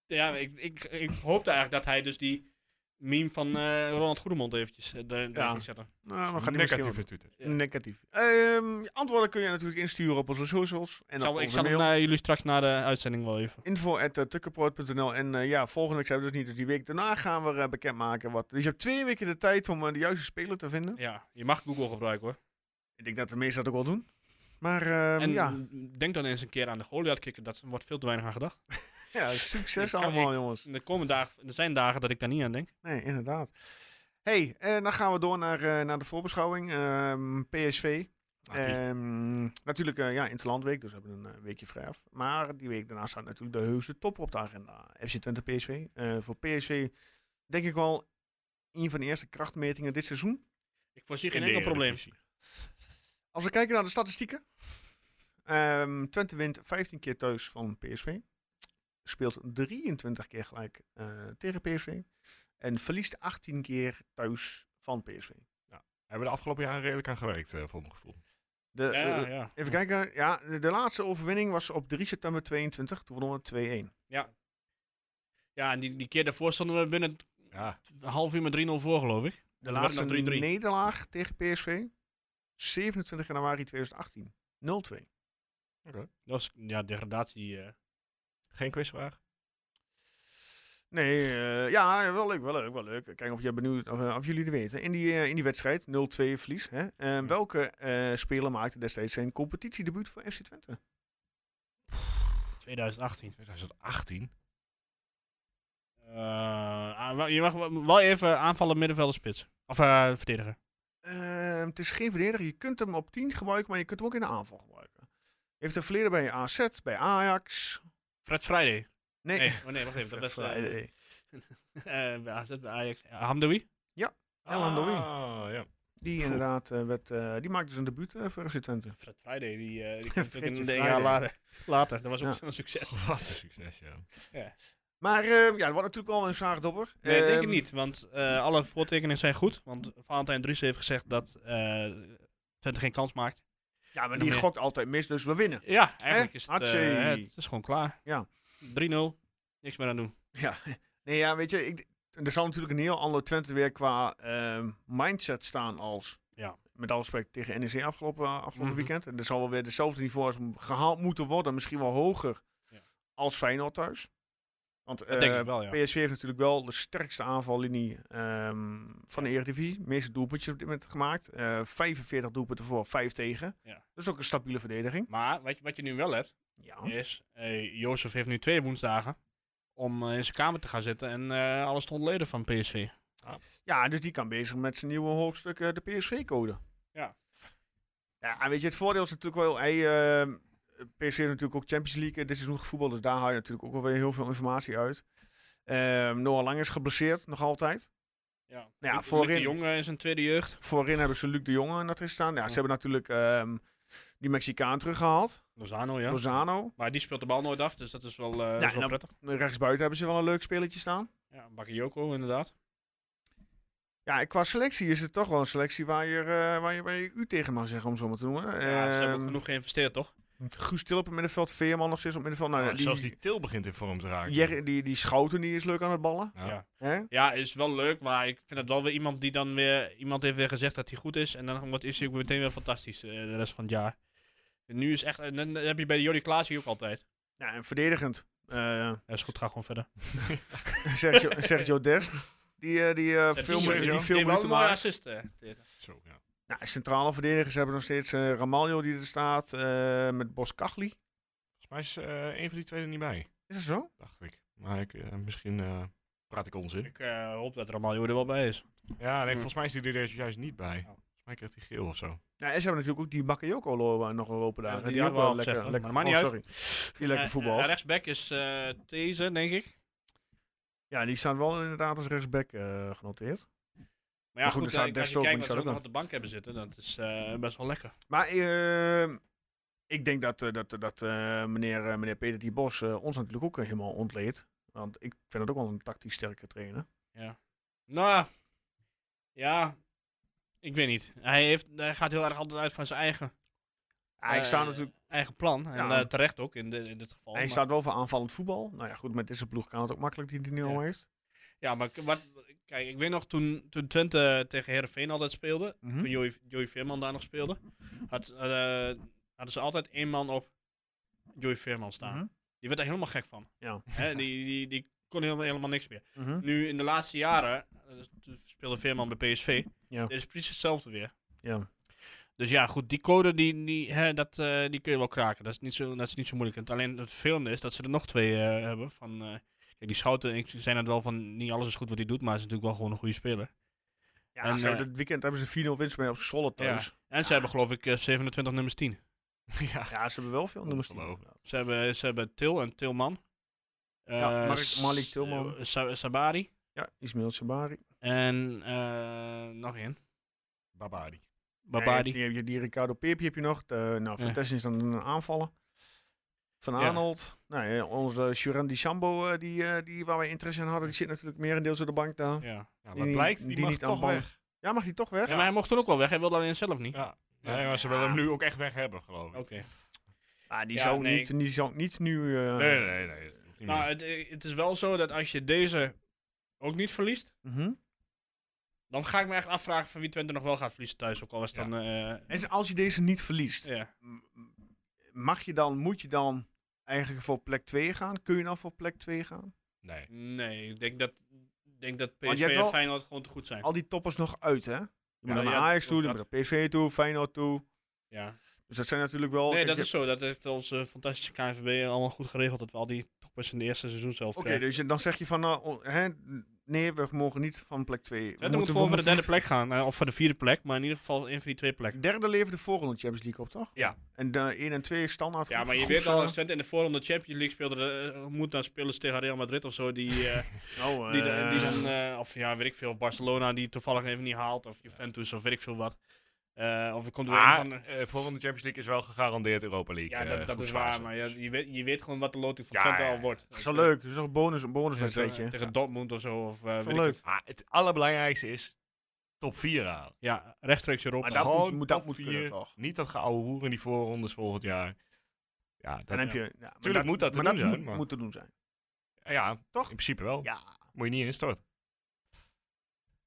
Ja, ik, ik, ik hoopte eigenlijk dat hij dus die meme van eh, Ronald Goedemond eventjes eh, daar daar
Ja.
ging zetten.
Nou, we gaan die misschien wel
Negatieve Twitter.
Ja.
doen. Negatief. Ehm, antwoorden kun je natuurlijk insturen op onze socials. En op
Zal, ik
onze
zal hem
mail. eh,
naar jullie straks na de uitzending wel even.
info.tukkenproot.nl. En eh, ja, volgende week zijn we dus niet. Dus die week daarna gaan we eh, bekendmaken wat. Dus je hebt twee weken de tijd om eh, de juiste speler te vinden.
Ja, je mag Google gebruiken hoor.
Ik denk dat de meesten dat ook wel doen. Maar ehm,
en
ja.
denk dan eens een keer aan de Goliath kicken. Dat wordt veel te weinig aan gedacht.
ja, succes
ik kan-
allemaal, jongens.
En Er, komen dagen, er zijn dagen dat ik daar niet aan denk.
Nee, inderdaad. hey, eh, dan gaan we door naar, eh, naar de voorbeschouwing. Ehm, PSV.
Appie.
Ehm, natuurlijk, eh, ja, Interlandweek, dus we hebben een eh, weekje vrij af. Maar die week daarna staat natuurlijk de heuse top op de agenda. FC Twente PSV. Eh, voor PSV denk ik wel een van de eerste krachtmetingen dit seizoen.
Ik voorzie
In
geen
de
enkel probleem.
Eredivisie.
Als we kijken naar de statistieken. Ehm, Twente wint 15 keer thuis van PSV. Speelt 23 keer gelijk eh, tegen PSV. En verliest 18 keer thuis van PSV.
Hebben we de afgelopen jaren redelijk aan gewerkt, eh, voor mijn gevoel.
De, eh,
Ja, ja.
Even kijken. Ja, de, de laatste overwinning was op 3 september 22. Toen wonnen we 2-1.
ja en die, die keer daarvoor stonden we binnen
Ja,
een half uur met 3-0 voor, geloof ik.
De
Toen werd
laatste
het nog 3-3.
nederlaag tegen PSV. 27 januari 2018. 0-2.
Dat was ja, degradatie. eh.
geen quizvraag.
Nee, eh, ja, wel leuk, wel leuk, wel leuk. Kijken of, jij benieuwd, of, eh, of jullie het weten. In die, eh, in die wedstrijd, 0-2 verlies. Hè? eh, Welke eh, speler maakte destijds zijn competitiedebuut voor FC Twente?
2018.
2018.
Eh, ah, wel- je mag wel wel even aanvallen middenvelder spits. Of eh, verdediger.
Ehm, het is geen verdediger. Je kunt hem op 10 gebruiken, maar je kunt hem ook in de aanval gebruiken. Heeft er verleden bij AZ, bij Ajax.
Fred Friday.
Nee,
Nee, oh nee, wacht even. Dat was
Fred
eh,
Friday.
eh, bij AZ, bij Ajax. Ja, Hamdoui.
El Hamdoui.
Ah, ja.
Die inderdaad, eh, werd, eh, die maakte zijn debuut eh, voor FC Twente.
Fred Friday, die, eh die komt ook
Fredje
in de
Friday.
jaar later. later. Dat was ook
Ja.
zo'n succes.
Wat een succes, ja.
Maar ehm, ja, dat wordt natuurlijk wel een zwaar dobber.
Nee, denk ik
Ehm,
niet, want eh, alle voortekeningen zijn goed. Want Valentijn Dries heeft gezegd dat eh Twente geen kans maakt.
Ja, maar die
Nee.
gokt altijd mis, dus we winnen.
Ja, eigenlijk is het,
Hatsie.
eh, het is gewoon klaar.
Ja.
3-0, niks meer aan doen.
Ja, nee, ja, weet je, ik, er zal natuurlijk een heel ander Twente weer qua ehm, mindset staan als.
Ja.
Met alle respect tegen NEC afgelopen, eh, afgelopen
Mhm.
weekend. En er zal wel weer hetzelfde niveau als m- gehaald moeten worden, misschien wel hoger
Ja.
als Feyenoord thuis. Want
Dat denk
eh,
ik wel, ja.
PSV heeft natuurlijk wel de sterkste aanvallinie ehm, van de Eredivisie. De meeste doelpuntjes op dit moment gemaakt. Eh 45 doelpunten voor, 5 tegen.
Ja.
Dus ook een stabiele verdediging.
Maar wat, je- wat je nu wel hebt,
Ja.
is, eh, Jozef heeft nu twee woensdagen om eh, in zijn kamer te gaan zitten en eh alles te ontleden van
Nou
PSV.
Ja, dus die kan bezig met zijn nieuwe hoofdstuk, eh, de PSV-code.
Ja.
Ja, en weet je, het voordeel is natuurlijk wel, hey, eh, PSV heeft natuurlijk ook Champions League, eh, dit is nog voetbal, dus daar haal je natuurlijk ook wel weer heel veel informatie uit. Ehm Noah Lang is geblesseerd, nog altijd.
Ja,
Ja,
Luc-
voorin-
Luc de Jong eh, is een tweede jeugd.
Voorin hebben ze Luc de Jonge en dat is staan. Ja,
Ja.
ze hebben natuurlijk ehm, die Mexicaan teruggehaald,
Lozano, ja.
Lozano.
Maar die speelt de bal nooit af, dus dat is wel, eh, dat is
en
wel
dan-
prettig.
Rechtsbuiten hebben ze wel een leuk spelletje staan.
Ja, Bakayoko inderdaad.
Ja, en qua selectie is het toch wel een selectie waar je, eh, waar je, waar je u tegen mag zeggen, om het zo maar te noemen.
ja, ze hebben
Ehm,
ook genoeg geïnvesteerd, toch?
Guus Til op het middenveld, Veerman nog steeds op het middenveld. Nou,
Maar zelfs die Til begint in vorm te raken.
Jerry- die, die Schouten die is leuk aan het ballen.
Ja.
Ja.
Hè?
Ja, is wel leuk, maar ik vind het wel weer iemand die dan weer... Iemand heeft weer gezegd dat hij goed is en dan wordt, is hij ook meteen weer fantastisch eh, de rest van het jaar. En nu is echt... En dan heb je bij Jordi Klaas ook altijd.
Ja, en verdedigend. eh
Dat is goed, ga gewoon verder.
Sergio, Sergio Dest. Die, eh, die, eh, veel, meer- die veel
wel
minuten
een mooie
maakt.
assist. eh, tegen.
Zo, ja.
Nou, centrale verdedigers hebben nog steeds eh Ramaljo die er staat. eh, met Bos Kachli.
Volgens mij is eh een van die twee er niet bij,
Is dat zo?
dacht ik. Maar ik, eh, misschien eh, praat ik onzin.
Ik eh, hoop dat Ramaljo er wel bij is.
Ja, nee,
Hm.
volgens mij is die er dus juist niet bij.
Oh.
Volgens mij krijgt hij geel of zo.
Ja, en ze hebben natuurlijk ook die Bakayoko lo- eh, nog wel lopen daar.
Ja,
hè,
die
ook
hadden we
wel
al
lekker,
gezegd, hè,
lekker
maar dat maakt
oh, sorry. Die lekker
Eh,
voetbal.
eh, rechtsback is eh deze, denk ik.
ja, die staan wel inderdaad als rechtsback eh, genoteerd.
Maar ja,
Maar goed,
goed,
er
eh,
staat
als
Dest
je
ook,
kijkt
maar die staat
wat ze
ook
ook nog
aan.
op de bank hebben zitten, dat is eh, best wel lekker.
Maar eh, ik denk dat, eh, dat, dat eh, meneer, eh, meneer Peter die Bos eh, ons natuurlijk ook eh, helemaal ontleedt. Want ik vind het ook wel een tactisch sterke trainer.
Ja. Nou, ja. Ik weet niet. Hij, heeft, hij gaat heel erg altijd uit van zijn eigen,
Ja, ik
eh,
sta Ah, natuurlijk,
eigen plan. En
Ja.
eh, terecht ook in, de, in dit geval.
hij
maar-
staat wel voor aanvallend voetbal. Nou ja, goed, met deze ploeg kan het ook makkelijk die die nu al
Ja.
heeft.
Ja, maar k- wat, kijk, ik weet nog toen, toen Twente tegen Herenveen altijd speelde.
Mhm.
Toen Joey, Joey Veerman daar nog speelde. Had, eh, hadden ze altijd één man op Joey Veerman staan.
Mhm.
Die werd er helemaal gek van.
Ja.
Hè, die, die, die kon helemaal, helemaal niks meer.
Mhm.
Nu in de laatste jaren eh, toen speelde Veerman bij PSV.
Ja.
Dit is precies hetzelfde weer.
Ja.
Dus ja, goed, die code die, die, hè, dat, eh, die kun je wel kraken. Dat is niet zo, dat is niet zo moeilijk. En het, alleen het vervelende is dat ze er nog twee eh, hebben. Van, eh, kijk, die schouten ik, zijn het wel van niet alles is goed wat hij doet, maar hij is natuurlijk wel gewoon een goede speler.
Ja,
En,
ze hebben
eh,
dit weekend hebben ze 4-0 winst mee op Zwolle thuis.
En ze hebben geloof ik eh, 27 nummers 10.
Ja. ze hebben wel veel nummers. die-
Ongelooflijk.
Ze hebben, ze hebben Til en Tilman. Eh,
Ja, Mark-
S-
Malik Tilman.
eh, Sa- Sabari.
Ja, Ismail Sabari.
En eh, nog één.
Babadi.
Babadi.
Die, heb je die Ricardo Pepi heb je nog. De, nou,
Ja.
Vitesse is dan een aanvaller. Van
Ja.
Arnold. Nou, ja, onze Shuran Di Sambo, eh, die, eh, die, waar wij interesse in hadden, die zit natuurlijk merendeels op de bank daar.
Ja.
Ja,
Die
maar
niet-
blijkt, die,
die
mag
niet aan
toch
bal-
weg.
Ja, mag die toch weg?
Ja, maar hij mocht toen ook wel weg. Hij wilde alleen zelf niet.
Ja. Nee, maar ze willen
Ah.
hem nu ook echt weg hebben, geloof ik.
Oké.
Ah, die,
Ja,
zou
nee.
niet, die zou niet nu... eh,
Nee, nee, nee. dat hoeft niet
Nou,
meer.
het, eh, het is wel zo dat als je deze ook niet verliest,
mhm.
dan ga ik me echt afvragen van wie Twente nog wel gaat verliezen thuis. Ook al was het
Ja.
dan... eh,
En als je deze niet verliest,
ja.
m- mag je dan, moet je dan eigenlijk voor plek 2 gaan? Kun je dan voor plek 2 gaan?
Nee.
Nee, ik denk dat, ik denk dat
Want
PSV
je hebt
en
wel-
Feyenoord gewoon te goed zijn.
Al die toppers nog uit, hè? Je moet
Ja,
naar
ja,
Ajax toe,
ook
je moet
dat.
naar PSV toe, Feyenoord toe.
Ja.
Dus dat zijn natuurlijk wel...
Nee,
kijk,
dat
je-
is zo. Dat heeft onze fantastische KNVB allemaal goed geregeld. Dat we al die toppers in de eerste seizoen zelf
Oké,
krijgen.
dus je- dan zeg je van, nou, oh, hè, nee, we mogen niet van plek 2.
Twente moet gewoon voor de derde plek gaan. eh, of voor de vierde plek. Maar in ieder geval één van die twee plekken.
Derde leven de volgende Champions League op, toch?
Ja.
En de 1 en 2 standaard.
Ja, maar je weet al, als Twente in de voorronde Champions League speelde, eh, moet dan spelers tegen Real Madrid of zo, die, eh,
Nou,
Die, da- die dan, eh, of ja, weet ik veel, Barcelona die toevallig even niet haalt, of Juventus, of weet ik veel wat. Eh, of er komt
Ah,
weer een
Maar
van... de-
eh, volgende Champions League is wel gegarandeerd Europa League.
ja,
eh,
dat, dat is
groepsfase.
waar, maar ja, je, weet, je weet gewoon wat de loting van
Ja,
Twente
ja,
al
ja.
wordt.
is wel leuk. Dat is nog een bonus, een
Tegen,
bonuswedstrijdje.
tegen Dortmund of zo, of eh,
Dat
weet
is
ik
wel leuk.
het.
Ah, het allerbelangrijkste is top 4 halen.
Ja, rechtstreeks Europa.
Maar dat
Gewoon
moet, moet, dat
top
moet
vier.
kunnen, toch?
Niet dat geouwe hoer in die voorrondes volgend jaar. Ja, dat,
Dan heb je... ja, maar
Tuurlijk moet dat te
maar
doen
moet-
zijn, maar-
moet te doen zijn.
ja,
Toch?
toch? In principe wel.
Ja,
Moet je niet instorten.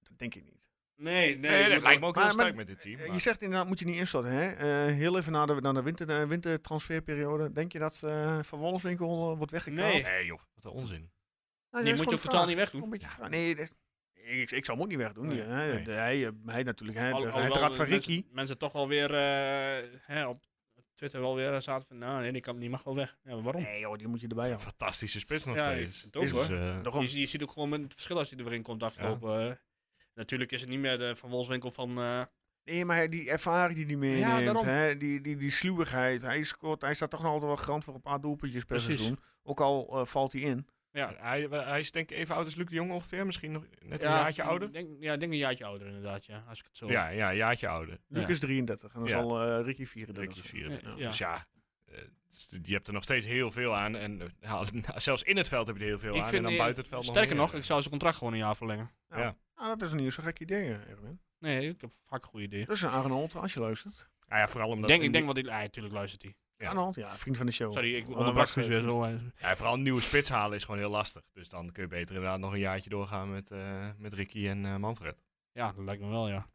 dat denk ik niet.
Nee, nee.
Nee,
je
dat
moet
lijkt me
wel-
ook
maar-
heel sterk
maar-
met dit team.
Eh,
maar-
Je zegt inderdaad, moet je niet instorten, hè? Eh, heel even naar de, naar de winter, eh, wintertransferperiode. Denk je dat eh, Van Wolfswinkel eh, wordt weggekraald?
Nee.
Nee joh, wat een onzin.
Nou, dat is
Die moet je
gewoon
ook
een
totaal
vraag.
niet wegdoen.
Een beetje vraag. Nee, dat- ik, ik zou hem ook niet wegdoen.
Nee,
hè.
nee.
De- Hij, eh, hij natuurlijk, hè,
al-
de-
alhoewel eh,
het rad van
de mensen-
Ricky.
Mensen, toch alweer eh, hè, op Twitter wel weer eh, zaten van, nou nee, die, kan, die mag wel weg. Ja, maar waarom?
Nee joh, die moet je erbij houden.
Fantastische spits nog
Ja,
steeds.
is het ook,
Dus,
hoor.
eh,
Daarom.
Je, je ziet ook gewoon het verschil als hij erin komt afgelopen. eh. natuurlijk is het niet meer de Van Wolfswinkel van... eh,
Nee, maar hij- die ervaring die hij meeneemt,
daarom.
hè, die, die, die sluwigheid. Hij, scoort, hij staat toch nog altijd wel grand voor een paar doelpuntjes per
Precies.
seizoen. Ook al eh, valt hij in.
ja.
hij, hij is denk ik even oud als Luc de Jong ongeveer. Misschien nog net een
Ja,
jaartje ouder.
ik Denk, ja, ik denk een jaartje ouder inderdaad, ja. Als ik het zo...
Ja, ja, een jaartje ouder.
Luc is 33 en dan
Ja.
zal eh, Ricky 34
Drukjes
zijn.
Ja,
34.
ja.
Dus ja, eh, s- je hebt er nog steeds heel veel aan. En eh, haal- zelfs in het veld heb je er heel veel
Ik
aan.
vind,
en dan
eh,
buiten het veld nog
Sterker
meer.
nog, ik zou zijn contract gewoon een jaar verlengen.
Nou, dat is een niet zo gek idee, eh, Erwin.
Nee, ik heb vaak goede ideeën.
Dus eh, Arnold, als je luistert.
Ah ja, vooral omdat
denk,
in
ik denk
die-
wel die... Ah, tuurlijk luistert hij.
Ja.
Arnold, ja, vriend van de show.
Sorry, ik onderbrak
Onderbrak
Guus weer zo. eh.
ja, vooral een nieuwe spits halen is gewoon heel lastig. Dus dan kun je beter inderdaad nog een jaartje doorgaan met, eh, met Ricky en eh, Manfred.
Ja, dat lijkt me wel, ja.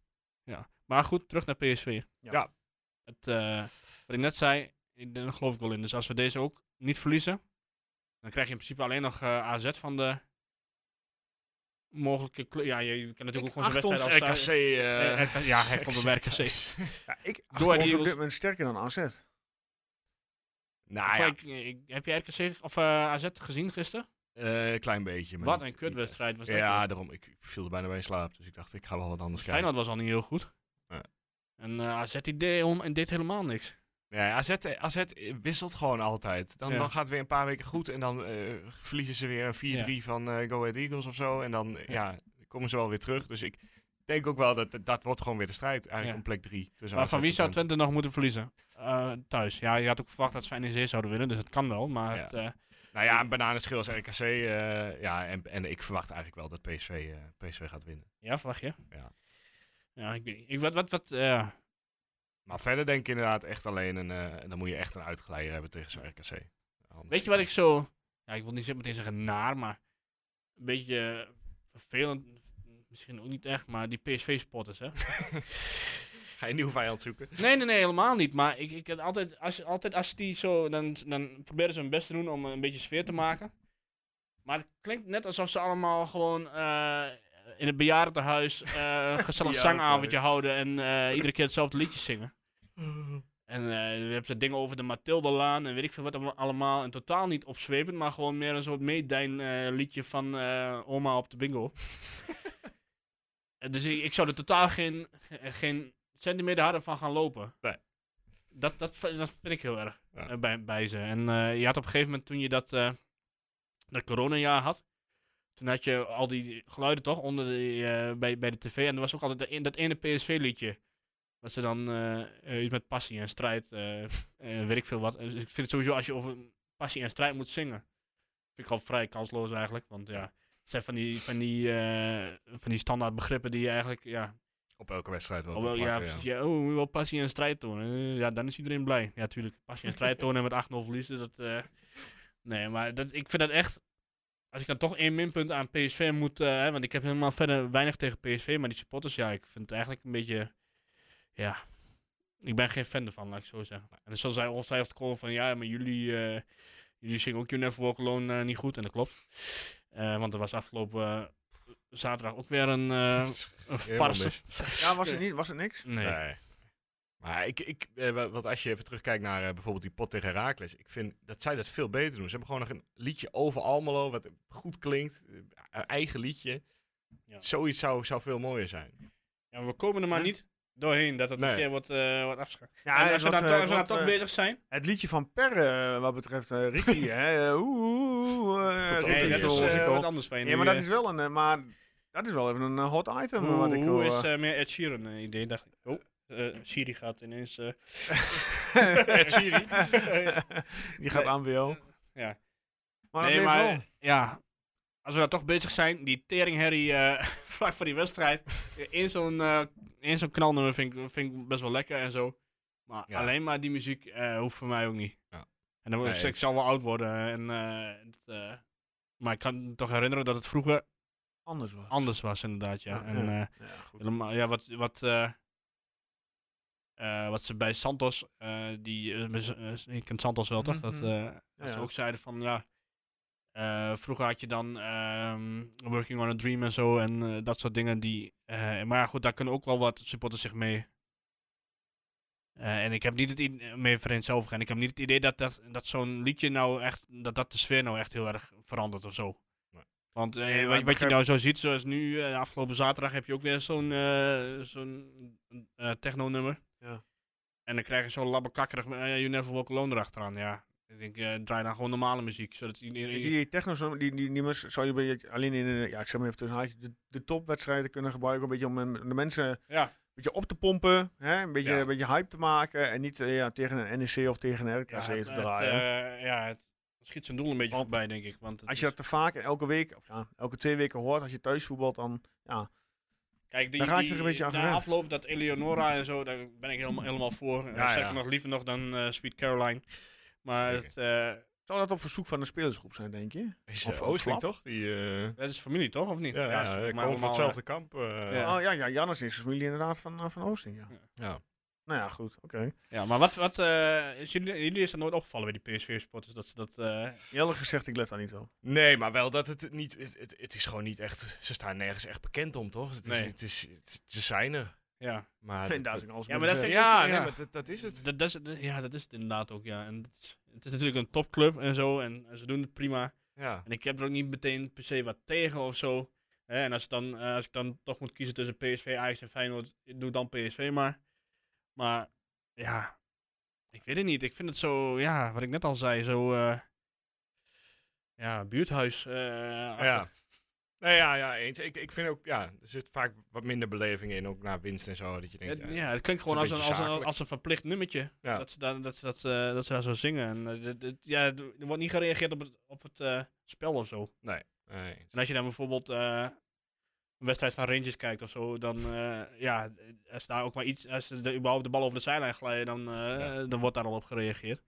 ja. Maar goed, terug naar PSV.
Ja.
Ja.
Het, eh, wat ik net zei, ik- daar geloof ik wel in. Dus als we deze ook niet verliezen, dan krijg je in principe alleen nog eh, AZ van de mogelijke... kle- Ja, je, je kan natuurlijk ook gewoon zijn wedstrijd afsluiten.
RKC. eh,
Eh, RKC, ja, hij komt bij RKC.
Ja, ik acht ons
Door
op
Eagles.
dit moment sterker dan AZ.
Nou
Of,
Ah, ja,
ik- eh, ik- heb je RKC of eh, AZ gezien gisteren?
eh, een klein beetje. maar
Wat
niet-
een
niet echt.
kutwedstrijd was dat. joh.
Ja, daarom. Ik viel er bijna bij in slaap. Dus ik dacht, ik ga wel wat anders kijken.
Feyenoord was al niet heel goed.
Nee.
En eh, AZ die deed om en deed helemaal niks.
Nee, AZ, eh, AZ wisselt gewoon altijd. Dan,
Ja.
dan gaat het weer een paar weken goed. En dan eh, verliezen ze weer een 4-3 van eh, Go Ahead Eagles of zo. En dan eh, ja. komen ze wel weer terug. Dus ik denk ook wel dat dat- dat wordt gewoon weer de strijd. Eigenlijk
Ja.
om plek 3.
maar van wie zou Twente nog moeten verliezen? Eh, thuis. Ja, je had ook verwacht dat Feyenoord en Zeer zouden winnen, dus dat kan wel. Maar
Ja.
het, eh,
Nou ja, een bananenschil als RKC. eh, ja, en, en ik verwacht eigenlijk wel dat PSV, eh, PSV gaat winnen.
Ja, verwacht je?
Ja.
Ja, ik weet niet. Ik, wat, wat, wat, eh,
Maar verder denk ik inderdaad echt alleen een... eh, dan moet je echt een uitgeleider hebben tegen zo'n RKC. Anders-
weet je wat ik zo... Ja, ik wil niet meteen zeggen naar, maar... Een beetje eh, vervelend. Misschien ook niet echt, maar die PSV-spotters, hè?
Ga je een nieuw vijand zoeken?
Nee, nee, nee, helemaal niet. Maar ik, ik had altijd, als, altijd als die zo, dan, dan proberen ze hun best te doen om een beetje sfeer te maken. Maar het klinkt net alsof ze allemaal gewoon eh, in het bejaardentehuis eh, een gezellig zangavondje houden en eh, iedere keer hetzelfde liedje zingen. En eh, we hebben ze dingen over de Mathilde-laan en weet ik veel wat allemaal- allemaal. En totaal niet opzwepend, maar gewoon meer een soort meedijn eh, liedje van eh, oma op de bingo. Eh, dus ik, ik zou er totaal geen, eh, geen centimeter harder van gaan lopen.
Nee.
Dat, dat, v- dat vind ik heel erg
Ja.
eh, bij, bij ze. En eh, je had op een gegeven moment toen je dat, eh dat coronajaar had. Toen had je al die geluiden toch onder de, eh, bij, bij de tv. En er was ook altijd dat, e-, dat ene PSV-liedje. Wat ze dan eh, eh, iets met passie en strijd, eh, eh, weet ik veel wat. Dus ik vind het sowieso als je over passie en strijd moet zingen. Vind ik al vrij kansloos eigenlijk. Want ja, het zijn van die, van die, eh, van die standaard begrippen die je eigenlijk, ja,
Op elke wedstrijd wel.
Oh, wel, ja,
pakken,
precies. Ja, oh, we wel passie en strijd tonen. Eh, ja, dan is iedereen blij. Ja, tuurlijk. Passie en strijd tonen en met 8-0 verliezen, dat... eh, nee, maar dat, ik vind dat echt... Als ik dan toch één minpunt aan PSV moet... eh, hè, want ik heb helemaal verder weinig tegen PSV, maar die supporters, ja, ik vind het eigenlijk een beetje... Ja, ik ben geen fan ervan, laat ik zo zeggen. En dan zal zij ongetwijfeld komen van, ja, maar jullie... eh, jullie zingen ook You Never Walk Alone eh, niet goed, en dat klopt. Eh, want er was afgelopen eh, zaterdag ook weer een, eh
Helemaal
een farce.
mis.
Ja, was het, niet, was het niks?
Nee.
Nee. Maar ik, ik, eh, wa- want als je even terugkijkt naar eh, bijvoorbeeld die pot tegen Herakles, ik vind dat zij dat veel beter doen. Ze hebben gewoon nog een liedje over Almelo, wat goed klinkt, eh, een eigen liedje.
Ja.
Zoiets zou, zou veel mooier zijn.
Ja, maar we komen er maar niet doorheen dat het
Nee.
een keer wordt, eh wordt afgeschaft.
Ja,
en als we
wat,
dan,
eh,
toch, als we dan
wat,
toch
eh,
bezig zijn...
Het liedje van Per, eh, wat betreft eh, Ricky, hè. eh, Oeh, oeh, eh,
Komt ook
Ricky
een
dat
keer
is
zo'n
eh,
musical.
wat anders van je.
Ja, maar dat is wel een, eh, maar dat is wel even een eh, hot item eh, wat ik
hoe
hoor.
is eh, meer Ed Sheeran eh, idee? Dacht ik. Oh, eh, Siri gaat ineens... eh,
Ed Sheeran.
Die gaat aan WO.
ja.
Maar
nee,
dat
maar
maar...
eh, ja, als we dan toch bezig zijn, die teringherrie eh, vlak voor die wedstrijd, eh, in zo'n eh, in zo'n knalnummer vind ik, vind ik best wel lekker en zo. Maar
Ja.
alleen maar die muziek eh, hoeft voor mij ook niet.
Ja.
En dan word ik,
Nee,
ik zal wel oud worden. En, eh, het, eh, maar ik kan me toch herinneren dat het vroeger
anders was.
anders was, inderdaad, ja.
Ja,
en eh,
Ja, goed.
helemaal, ja, wat, wat, eh, eh, wat ze bij Santos, eh, die, eh, met z- eh, je kent Santos wel toch? Dat,
Mhm.
eh, dat ze
ja.
ook zeiden van, ja, eh, vroeger had je dan ehm, Working on a Dream en zo en eh, dat soort dingen die, eh, maar ja, goed, daar kunnen ook wel wat supporters zich mee... eh, en ik heb niet het idee, mee voor zelf en ik heb niet het idee dat, dat, dat zo'n liedje nou echt, dat dat de sfeer nou echt heel erg verandert of zo. Want eh,
Nee, maar
wat,
ik
wat je
begrijp-
nou zo ziet, zoals nu, eh, afgelopen zaterdag heb je ook weer zo'n eh zo'n eh, techno-nummer.
Ja.
En dan krijg je zo'n labbekakkerig eh, You Never Walk Alone erachteraan, ja. Ik denk, eh, draai dan gewoon normale muziek, zodat iedereen...
Dus die techno, die, die nummers zou je bij, je- alleen in eh, ja, ik zeg maar even tussen haakjes, de, de topwedstrijden kunnen gebruiken. Een beetje om eh, de mensen
Ja.
een beetje op te pompen, hè? Een, beetje,
Ja.
een beetje hype te maken. En niet eh, ja, tegen een NEC of tegen een RKC
ja,
te
het, het,
draaien.
eh, ja, het schiet zijn doel een beetje
Want
voorbij, denk ik. Want het
als je
is-
dat te vaak en elke week, of ja, elke twee weken hoort, als je thuis voetbalt, dan
Kijk, die,
Daar raak je
die,
er een beetje aan
na
gewend.
afloop dat Eleonora en zo, daar ben ik helemaal, helemaal voor. Eh,
Ja,
zeg
ja.
ik nog liever nog dan eh, Sweet Caroline. Maar
Zeker.
het, eh,
zou dat op verzoek van de spelersgroep zijn, denk je?
Is,
Of-
eh,
of Flap?
Oosting toch? Die, eh,
dat is familie, toch? Of niet?
ja, ja,
ze
ja,
volgens
komen
mij
van
allemaal, eh,
hetzelfde kamp. eh.
Ja.
Oh ja, ja Jannes is familie inderdaad van, eh, van Oosting, ja.
Ja.
Ja.
Nou ja, goed, oké.
Ja, maar wat, wat eh, is jullie, jullie is dat nooit opgevallen bij die PSV-supporters? Dat ze dat. eh,
Jelle gezegd, ik let daar niet op.
Nee, maar wel dat het niet, het, het, het is gewoon niet echt, ze staan nergens echt bekend om toch? Het is,
Nee.
het is, het, ze zijn er.
ja.
Maar
En
dat-
daar
dat-
is ook alles
Ja,
mee
maar dat
gezegd.
vind ik-
ja, nee,
ja.
maar dat, dat is het.
Dat, dat is, het- ja, dat is het inderdaad ook. Ja. En het, is, het is natuurlijk een topclub en zo. En, en ze doen het prima.
Ja.
En ik heb er ook niet meteen per se wat tegen of zo. Hè, en als, het dan, eh, als ik dan toch moet kiezen tussen PSV, Ajax en Feyenoord, doe dan PSV maar. Maar ja, ik weet het niet. Ik vind het zo, ja, wat ik net al zei, zo. eh, ja, buurthuis. eh,
Ja. Nee, ja, ja, eens. Ik, ik vind ook, ja, er zit vaak wat minder beleving in, ook na winst en zo. Dat je denkt,
Het,
ja,
ja, het klinkt
het is
gewoon als
een
een,
beetje
als, een,
zakelijk.
als een verplicht nummertje.
Ja.
Dat, ze daar, dat, ze dat, eh, dat ze daar zo zingen. En, eh, dit- dit- ja, er wordt niet gereageerd op het, op het eh, spel of zo.
nee, eens.
En als je dan bijvoorbeeld eh, een wedstrijd van Rangers kijkt of zo, dan eh, ja, als daar ook maar iets, als ze de, überhaupt de bal over de zijlijn glijden, dan, eh,
Ja.
dan wordt daar al op gereageerd.